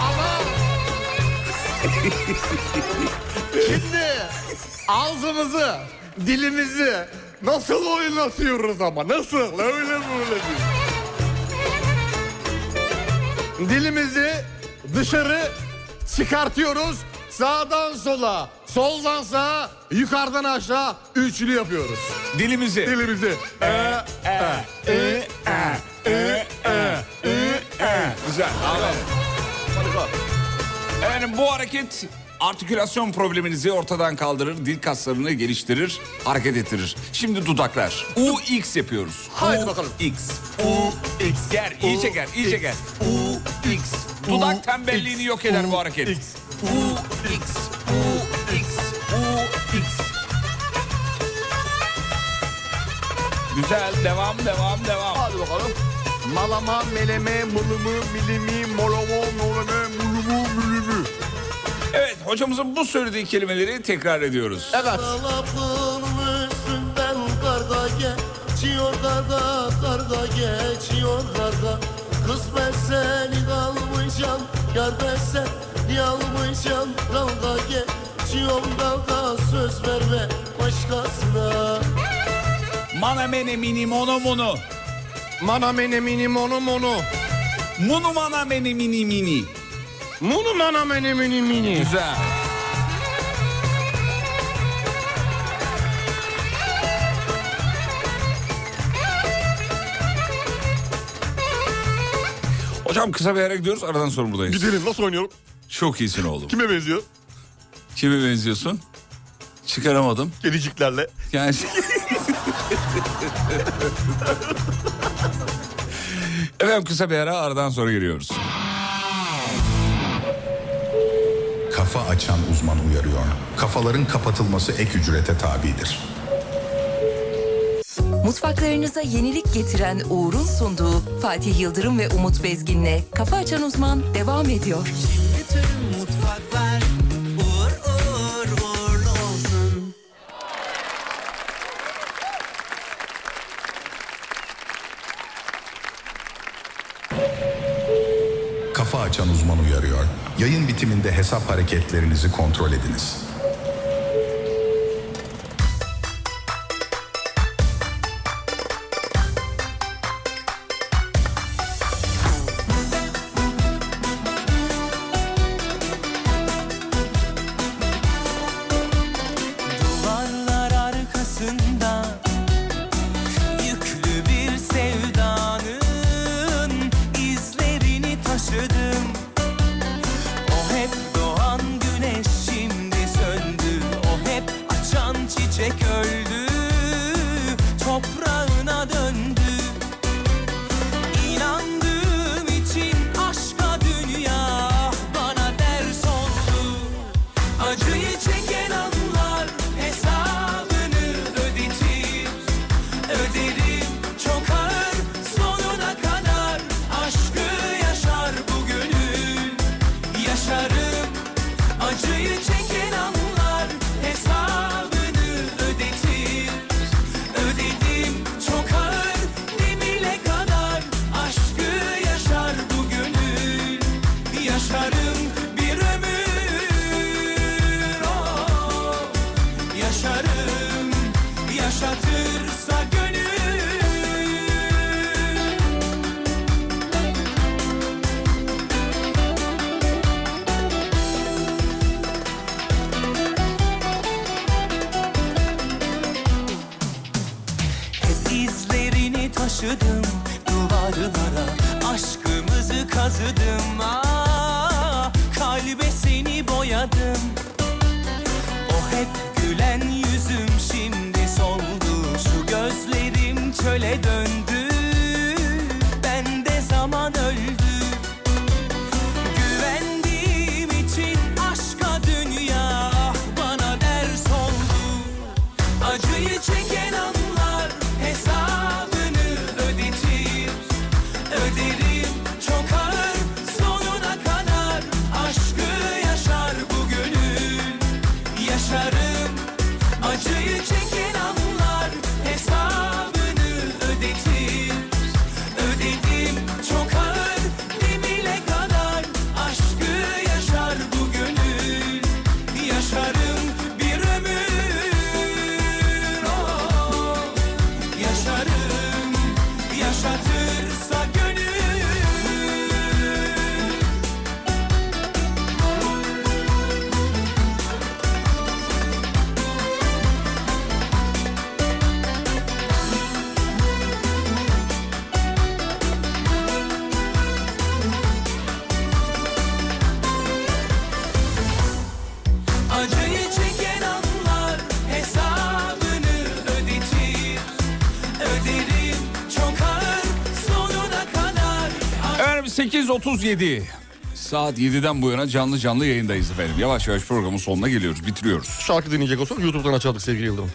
S4: Ama şimdi ağzımızı, dilimizi nasıl oynatıyoruz ama nasıl? Öyle böyle değil. Dilimizi dışarı çıkartıyoruz. Sağdan sola, soldan sağa, yukarıdan aşağı üçlü yapıyoruz.
S3: Dilimizi.
S4: Dilimizi. Ee,
S3: Güzel. Aferin. Efendim bu hareket artikülasyon probleminizi ortadan kaldırır, dil kaslarını geliştirir, hareket ettirir. Şimdi dudaklar. UX yapıyoruz.
S4: Haydi bakalım.
S3: X. UX. Ger, iyice ger, iyice ger. UX. Dudak tembelliğini yok eder bu hareket. UX. UX. UX. Güzel, devam, devam, devam.
S4: Hadi bakalım. Malama, meleme, mulumu, milimi, molomo, moleme, mulumu, mülümü.
S3: Evet, hocamızın bu söylediği kelimeleri tekrar ediyoruz.
S4: Evet.
S8: Kalapın üstünden karga geçiyor karga karga geçiyor karga. Kız ben seni kalmayacağım yar ben seni almayacağım dalga geçiyorum dalga söz verme başkasına.
S3: Mana mene mini mono mono.
S4: Mana mene mini monu monu.
S3: Munu mana mene mini mini.
S4: Munu mana mene mini mini.
S3: Güzel. Hocam kısa bir yere gidiyoruz aradan sonra buradayız.
S4: Gidelim nasıl oynuyorum?
S3: Çok iyisin oğlum.
S4: Kime benziyor?
S3: Kime benziyorsun? Çıkaramadım.
S4: Kediciklerle.
S3: Yani... Efendim kısa bir ara aradan sonra giriyoruz.
S6: Kafa açan uzman uyarıyor. Kafaların kapatılması ek ücrete tabidir.
S7: Mutfaklarınıza yenilik getiren Uğur'un sunduğu Fatih Yıldırım ve Umut Bezgin'le Kafa Açan Uzman devam ediyor.
S10: Bütün mutfaklar uğur uğur uğurlu olsun.
S6: Kafa açan uzman uyarıyor. Yayın bitiminde hesap hareketlerinizi kontrol ediniz.
S10: Duvarlar arkasında yüklü bir sevdanın izlerini taşıdım. O hep doğan güneş şimdi söndü. O hep açan çiçek öldü. Toprağına döndü. İnandığım için aşka dünya bana ders oldu. Acıyı çeken anlar hesabını ödetir Öderim çok ağır sonuna kadar Aşkı yaşar bu gönül Yaşarım acıyı çeken anlar hesabını ödetir Ödedim çok ağır demire kadar Aşkı yaşar bu gönül Yaşarım bir ömür oh. Yaşarım yaşatırsa gönül Hep izlerini taşıdım duvarlara Aşkımızı kazıdım ah, Kalbe seni boyadım O hep gülen yüzüm şimdi soldu Şu gözlerim çöle döndü Bende zaman öldü Güvendiğim için aşka dünya ah bana ders oldu Acıyı çeken anlar hesabını ödetir Öderim çok ağır sonuna kadar Aşkı yaşar bu gönül Yaşarım acıyı çeken anlar hesabını ödetir Ödedim çok ağır demire kadar Aşkı yaşar bu gönül Yaşarım bir ömür oh, Yaşarım yaşatırsa gönül Acıyı çeken anlar hesabını ödetir Öderim çok ağır sonuna kadar
S3: Efendim 8.37 saat 7'den bu yana canlı canlı yayındayız efendim. Yavaş yavaş programın sonuna geliyoruz, bitiriyoruz.
S4: Şarkı dinleyecek olsak YouTube'dan açardık sevgili Yıldırım.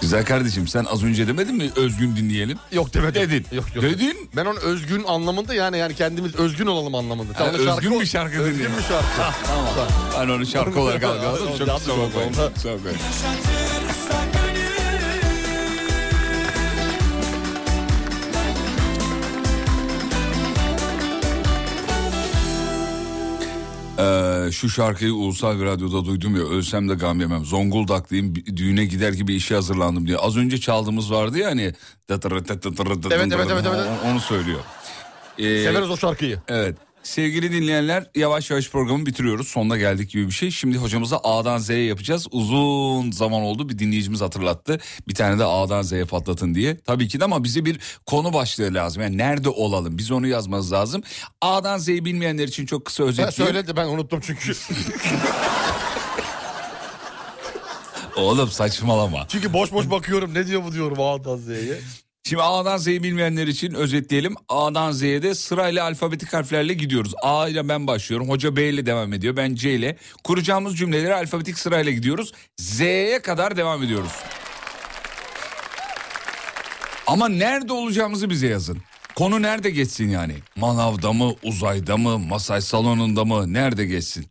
S3: Güzel kardeşim sen az önce demedin mi özgün dinleyelim?
S4: Yok demedim.
S3: Dedin.
S4: Yok, yok.
S3: Dedin.
S4: Ben onun özgün anlamında yani yani kendimiz özgün olalım anlamında.
S3: Ha,
S4: da şarkı
S3: özgün
S4: ol-
S3: bir şarkı
S4: Özgün
S3: dinleyelim.
S4: bir şarkı. tamam.
S3: Ben Hani onu şarkı olarak algıladım. Çok
S4: Yanlış
S3: kusura
S4: oldu
S3: bakmayın.
S4: onda.
S3: Kusura bakmayın.
S10: yaşatırsa gönül
S3: Ee, şu şarkıyı ulusal bir radyoda duydum ya ölsem de gam yemem. Zonguldaklıyım bir düğüne gider gibi işe hazırlandım diye. Az önce çaldığımız vardı ya hani. datırı tatırı tatırı
S4: Evet, evet,
S3: tatırı,
S4: evet, evet.
S3: onu- Onu söylüyor. Ee,
S4: Severiz o şarkıyı.
S3: Evet. Sevgili dinleyenler yavaş yavaş programı bitiriyoruz. Sonuna geldik gibi bir şey. Şimdi hocamıza A'dan Z'ye yapacağız. Uzun zaman oldu bir dinleyicimiz hatırlattı. Bir tane de A'dan Z'ye patlatın diye. Tabii ki de ama bize bir konu başlığı lazım. Yani nerede olalım? Biz onu yazmanız lazım. A'dan Z'yi bilmeyenler için çok kısa
S4: Ha,
S3: özetleyeyim.
S4: söyle de ben unuttum E, çünkü.
S3: Oğlum saçmalama.
S4: çünkü boş boş bakıyorum ne diyor bu diyorum A'dan Z'ye.
S3: Şimdi A'dan Z'yi bilmeyenler için özetleyelim. A'dan Z'ye de sırayla alfabetik harflerle gidiyoruz. A ile ben başlıyorum. Hoca B ile devam ediyor. Ben C ile. Kuracağımız cümleleri alfabetik sırayla gidiyoruz. Z'ye kadar devam ediyoruz. Ama nerede olacağımızı bize yazın. Konu nerede geçsin yani? Manavda mı, uzayda mı, masaj salonunda mı? Nerede geçsin?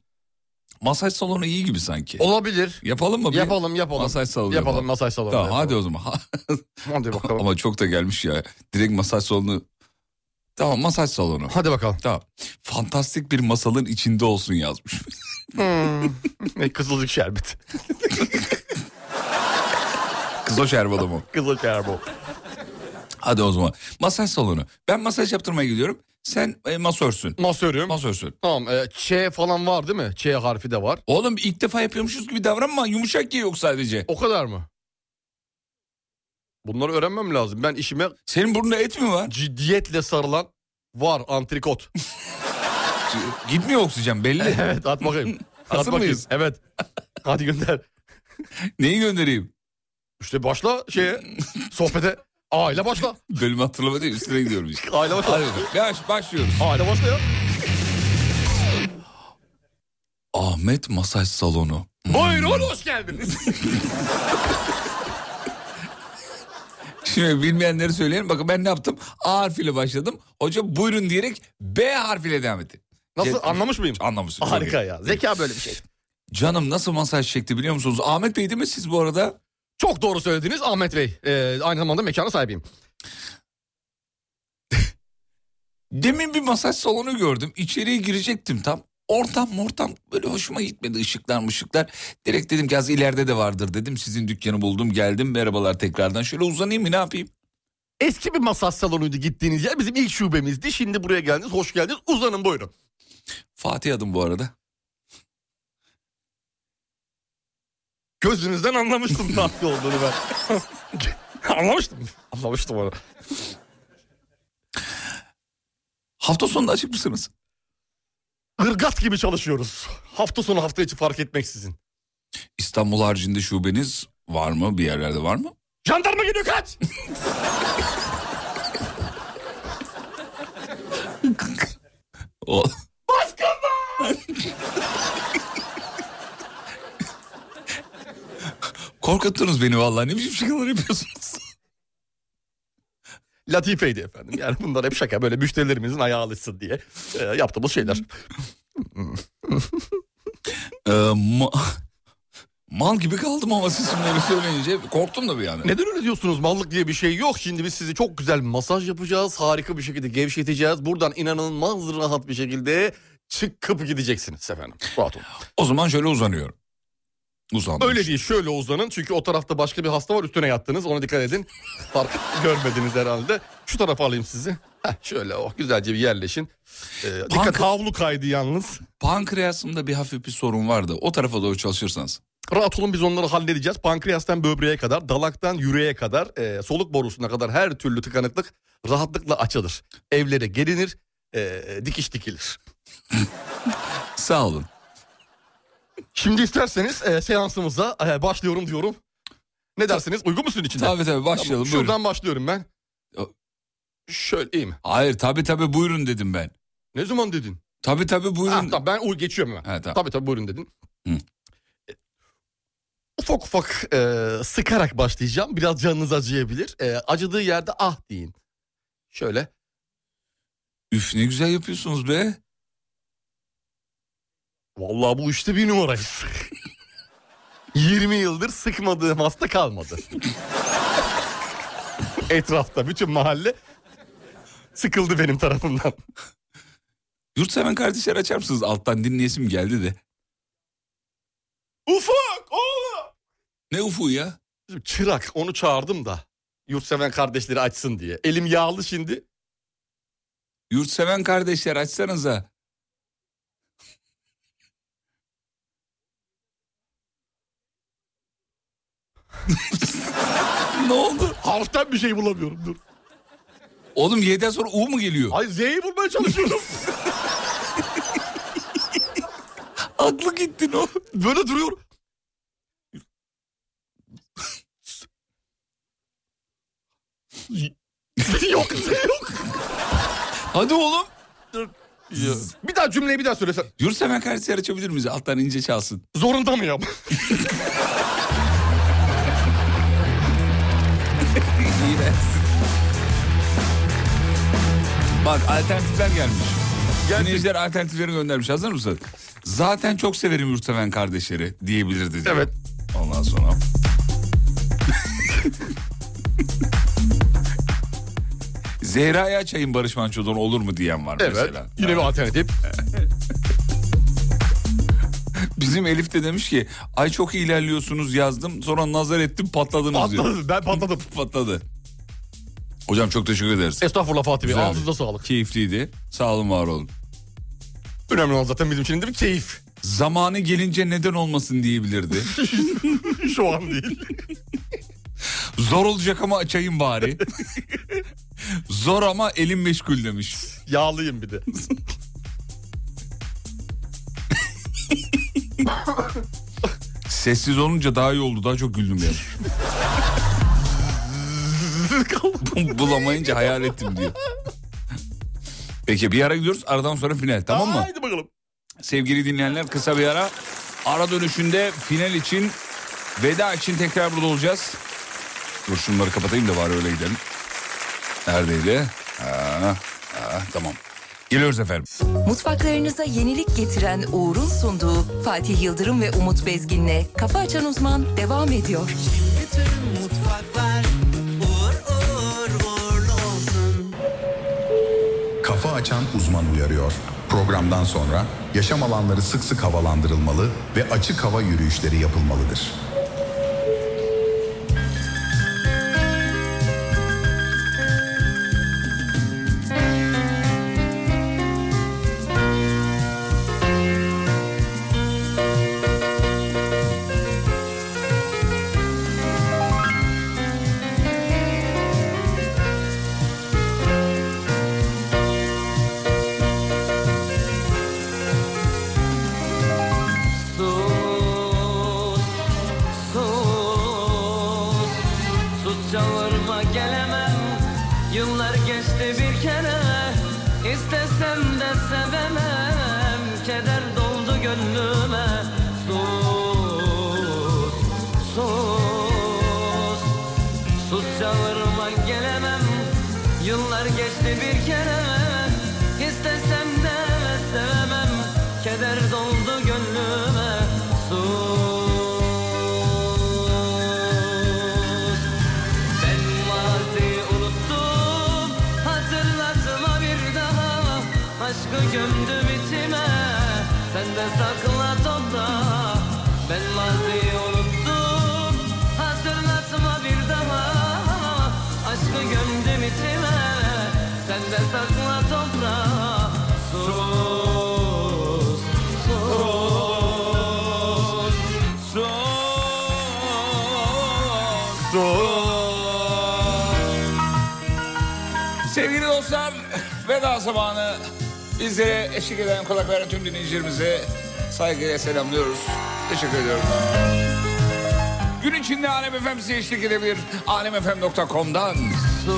S3: Masaj salonu iyi gibi sanki.
S4: Olabilir.
S3: Yapalım mı? bir?
S4: Yapalım yapalım.
S3: Masaj salonu
S4: Yapalım,
S3: yapalım.
S4: masaj salonu.
S3: Tamam
S4: yapalım.
S3: hadi o zaman.
S4: Hadi bakalım.
S3: Ama çok da gelmiş ya. Direkt masaj salonu. Tamam masaj salonu.
S4: Hadi bakalım.
S3: Tamam. Fantastik bir masalın içinde olsun yazmış.
S4: E, Kızılcık şerbeti.
S3: Kız o şerbalı mı?
S4: Kızılcık şerbeti.
S3: Hadi o zaman. Masaj salonu. Ben masaj yaptırmaya gidiyorum. Sen e, masörsün.
S4: Masörüm.
S3: Masörsün.
S4: Tamam. E, Ç falan var değil mi? Ç harfi de var.
S3: Oğlum ilk defa yapıyormuşuz gibi davranma. Yumuşak ye yok sadece.
S4: O kadar mı? Bunları öğrenmem lazım. Ben işime
S3: Senin burnunda et mi var?
S4: ciddiyetle sarılan var antrikot.
S3: Gitmiyor oksijen belli.
S4: evet at bakayım. at
S3: Hazır
S4: bakayım.
S3: mıyız?
S4: Evet. Hadi gönder.
S3: Neyi göndereyim?
S4: İşte başla şeye sohbete. Aile başla.
S3: Bölümü hatırlamadım üstüne gidiyorum işte.
S4: Aile başla.
S3: Hadi bakalım. Yavaş, başlıyoruz.
S4: Aile başla ya.
S3: Ahmet masaj salonu.
S4: Buyurun hoş geldiniz.
S3: Şimdi bilmeyenleri söyleyelim. Bakın ben ne yaptım? A harfiyle başladım. Hoca buyurun diyerek B harfiyle devam etti.
S4: Nasıl
S3: Ce-
S4: anlamış mıyım?
S3: Anlamışsın.
S4: Harika ya. Zeka böyle bir şey.
S3: Canım nasıl masaj çekti biliyor musunuz? Ahmet Bey değil mi siz bu arada?
S4: Çok doğru söylediniz Ahmet Bey. Ee, aynı zamanda mekana sahibiyim.
S3: Demin bir masaj salonu gördüm. İçeriye girecektim tam. Ortam mortam böyle hoşuma gitmedi ışıklar ışıklar. Direkt dedim ki az ileride de vardır dedim. Sizin dükkanı buldum geldim merhabalar tekrardan. Şöyle uzanayım mı ne yapayım?
S4: Eski bir masaj salonuydu gittiğiniz yer. Bizim ilk şubemizdi. Şimdi buraya geldiniz. Hoş geldiniz. Uzanın buyurun.
S3: Fatih adım bu arada.
S4: Gözünüzden anlamıştım nasıl olduğunu ben. anlamıştım. Anlamıştım onu.
S3: Hafta sonunda açık mısınız?
S4: Hırgat gibi çalışıyoruz. Hafta sonu hafta içi fark etmeksizin.
S3: İstanbul haricinde şubeniz var mı? Bir yerlerde var mı?
S4: Jandarma geliyor kaç!
S3: O... Korkuttunuz beni vallahi. Ne biçim şakalar yapıyorsunuz?
S4: Latifeydi efendim. Yani bunlar hep şaka. Böyle müşterilerimizin ayağı alışsın diye e, yaptığımız şeyler.
S3: Ee, ma- Mal gibi kaldım ama siz şimdi öyle söyleyince korktum da bir yani.
S4: Neden öyle diyorsunuz? Mallık diye bir şey yok. Şimdi biz sizi çok güzel masaj yapacağız. Harika bir şekilde gevşeteceğiz. Buradan inanılmaz rahat bir şekilde çıkıp gideceksiniz efendim. Rahat olun.
S3: O zaman şöyle uzanıyorum. Uzandım.
S4: Öyle değil şöyle uzanın. Çünkü o tarafta başka bir hasta var üstüne yattınız. Ona dikkat edin. Fark görmediniz herhalde. Şu tarafa alayım sizi. Heh, şöyle oh güzelce bir yerleşin. Ee, dikkat
S3: Pank-
S4: havlu kaydı yalnız.
S3: Pankreasımda bir hafif bir sorun vardı. O tarafa doğru çalışırsanız.
S4: Rahat olun biz onları halledeceğiz. Pankreastan böbreğe kadar, dalaktan yüreğe kadar, e, soluk borusuna kadar her türlü tıkanıklık rahatlıkla açılır. Evlere gelinir, e, dikiş dikilir.
S3: Sağ olun.
S4: Şimdi isterseniz e, seansımıza e, başlıyorum diyorum. Ne dersiniz? Uygun musun için?
S3: Tabii tabii başlayalım buyurun.
S4: Şuradan başlıyorum ben. Şöyle iyi mi?
S3: Hayır tabii tabii buyurun dedim ben.
S4: Ne zaman dedin?
S3: Tabii tabii
S4: Ah,
S3: buyurun.
S4: tamam, ben uy geçiyorum hemen.
S3: Ha, tamam.
S4: Tabii tabii buyurun dedin.
S3: Hı.
S4: E, Ufak ufak e, sıkarak başlayacağım. Biraz canınız acıyabilir. E, acıdığı yerde ah deyin. Şöyle.
S3: Üf ne güzel yapıyorsunuz be.
S4: Vallahi bu işte bir numarayız. 20 yıldır sıkmadığım hasta kalmadı. Etrafta bütün mahalle sıkıldı benim tarafımdan.
S3: Yurtseven kardeşler açar mısınız? Alttan dinleyesim geldi de.
S4: Ufak oğlum.
S3: Ne ufu ya?
S4: Bizim Çırak onu çağırdım da yurtseven kardeşleri açsın diye. Elim yağlı şimdi.
S3: Yurtseven kardeşler açsanıza. ne oldu?
S4: Harften bir şey bulamıyorum dur.
S3: Oğlum Y'den sonra U mu geliyor?
S4: Ay Z'yi bulmaya çalışıyorum.
S3: Aklı gitti ne oldu?
S4: Böyle duruyor. yok yok.
S3: Hadi oğlum.
S4: Bir daha cümleyi bir daha söylesen.
S3: Yunus hemen kardeşler açabilir miyiz? Alttan ince çalsın.
S4: Zorunda mı yap?
S3: İğrençsin. Bak alternatifler gelmiş. Dinleyiciler alternatifleri göndermiş. Hazır mısın? Zaten çok severim Yurtseven kardeşleri diyebilirdi. diyor.
S4: Evet.
S3: Ondan sonra. Zehra'ya açayım Barış Manço'dan olur mu diyen var
S4: Evet.
S3: mesela.
S4: Yine bir alternatif.
S3: Bizim Elif de demiş ki ay çok iyi ilerliyorsunuz yazdım sonra nazar ettim patladınız diyor.
S4: Patladım. Ben patladım.
S3: Patladı. Hocam çok teşekkür ederiz.
S4: Estağfurullah Fatih Bey.
S3: Güzel.
S4: Ağzınıza sağlık.
S3: Keyifliydi. Sağ olun var olun.
S4: Önemli olan zaten bizim için değil mi? Keyif.
S3: Zamanı gelince neden olmasın diyebilirdi.
S4: Şu an değil.
S3: Zor olacak ama açayım bari. Zor ama elim meşgul demiş.
S4: Yağlıyım bir de.
S3: Sessiz olunca daha iyi oldu. Daha çok güldüm ya. Bu- Bulamayınca hayal ettim diyor. Peki bir ara gidiyoruz. Aradan sonra final tamam mı?
S4: Haydi bakalım.
S3: Sevgili dinleyenler kısa bir ara. Ara dönüşünde final için veda için tekrar burada olacağız. Dur şunları kapatayım da bari öyle gidelim. Neredeydi? Aa, aa, tamam. Geliyoruz efendim.
S7: Mutfaklarınıza yenilik getiren Uğur'un sunduğu Fatih Yıldırım ve Umut Bezgin'le Kafa Açan Uzman devam ediyor.
S11: Bütün mutfaklar uğur uğur uğurlu olsun.
S6: Kafa açan uzman uyarıyor. Programdan sonra yaşam alanları sık sık havalandırılmalı ve açık hava yürüyüşleri yapılmalıdır.
S11: Sus, sus, sus çağırma gelemem Yıllar geçti bir kere İstesem de sevemem Keder doldu gönlüme Sus, sus, sus çağırma gelemem Yıllar geçti bir kere İstesem de sevemem Keder doldu gönlüme Sus Ben maziyi unuttum Hatırlatma bir daha Aşkı gömdüm içime Sen de sakla topla Ben maziyi unuttum Hatırlatma bir daha Aşkı gömdüm içime Sen de sakla topla Sus Sus Sus
S3: Sevgili dostlar veda zamanı bize eşlik eden kulak veren tüm dinleyicilerimizi saygıyla selamlıyoruz. Teşekkür ediyoruz. Gün içinde Alem FM size eşlik edebilir. alemfm.com'dan.
S11: Sus,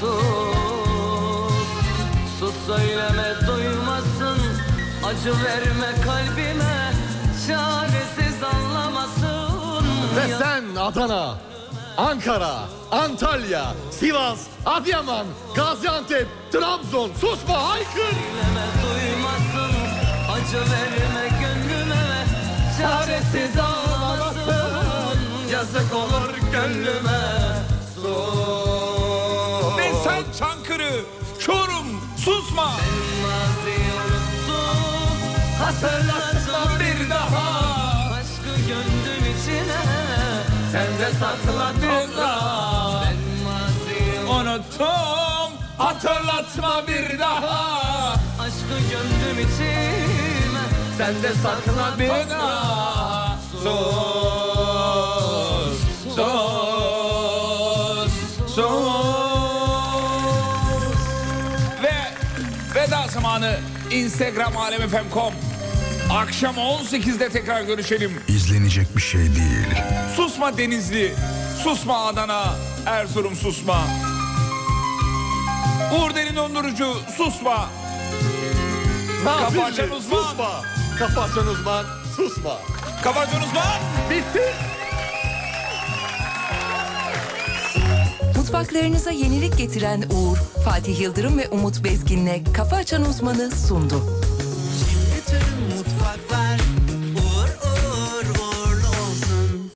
S11: sus, sus söyleme duymasın, acı verme kalbime, çaresiz anlamasın.
S4: Ve sen Adana, Ankara, Antalya, Sivas, Adıyaman, Gaziantep, Trabzon susma haykır.
S11: Söyleme duymasın, acı verme gönlüme, çaresiz anlamasın. Yazık olur gönlüme. Sus.
S3: Ve sen Çankırı, Çorum, susma.
S11: Maziyi unuttum, hatırlatma bir daha. Aşkı gömdüm içine Sen de sakla topla Ben maziyim
S3: Unuttum, hatırlatma bir daha.
S11: Aşkı gömdüm içime Sen de sakla bir daha Sus
S3: Sos, sos. Ve veda zamanı Instagram alemfm.com. Akşam 18'de tekrar görüşelim.
S6: İzlenecek bir şey değil.
S3: Susma Denizli, susma Adana, Erzurum susma. Uğur Derin Dondurucu susma. Kafa açan uzman.
S4: Susma. Kafa açan uzman. Susma.
S3: Kapatın uzman.
S4: Bitti.
S7: Mutfaklarınıza yenilik getiren Uğur, Fatih Yıldırım ve Umut Bezgin'le Kafa Açan Uzman'ı sundu.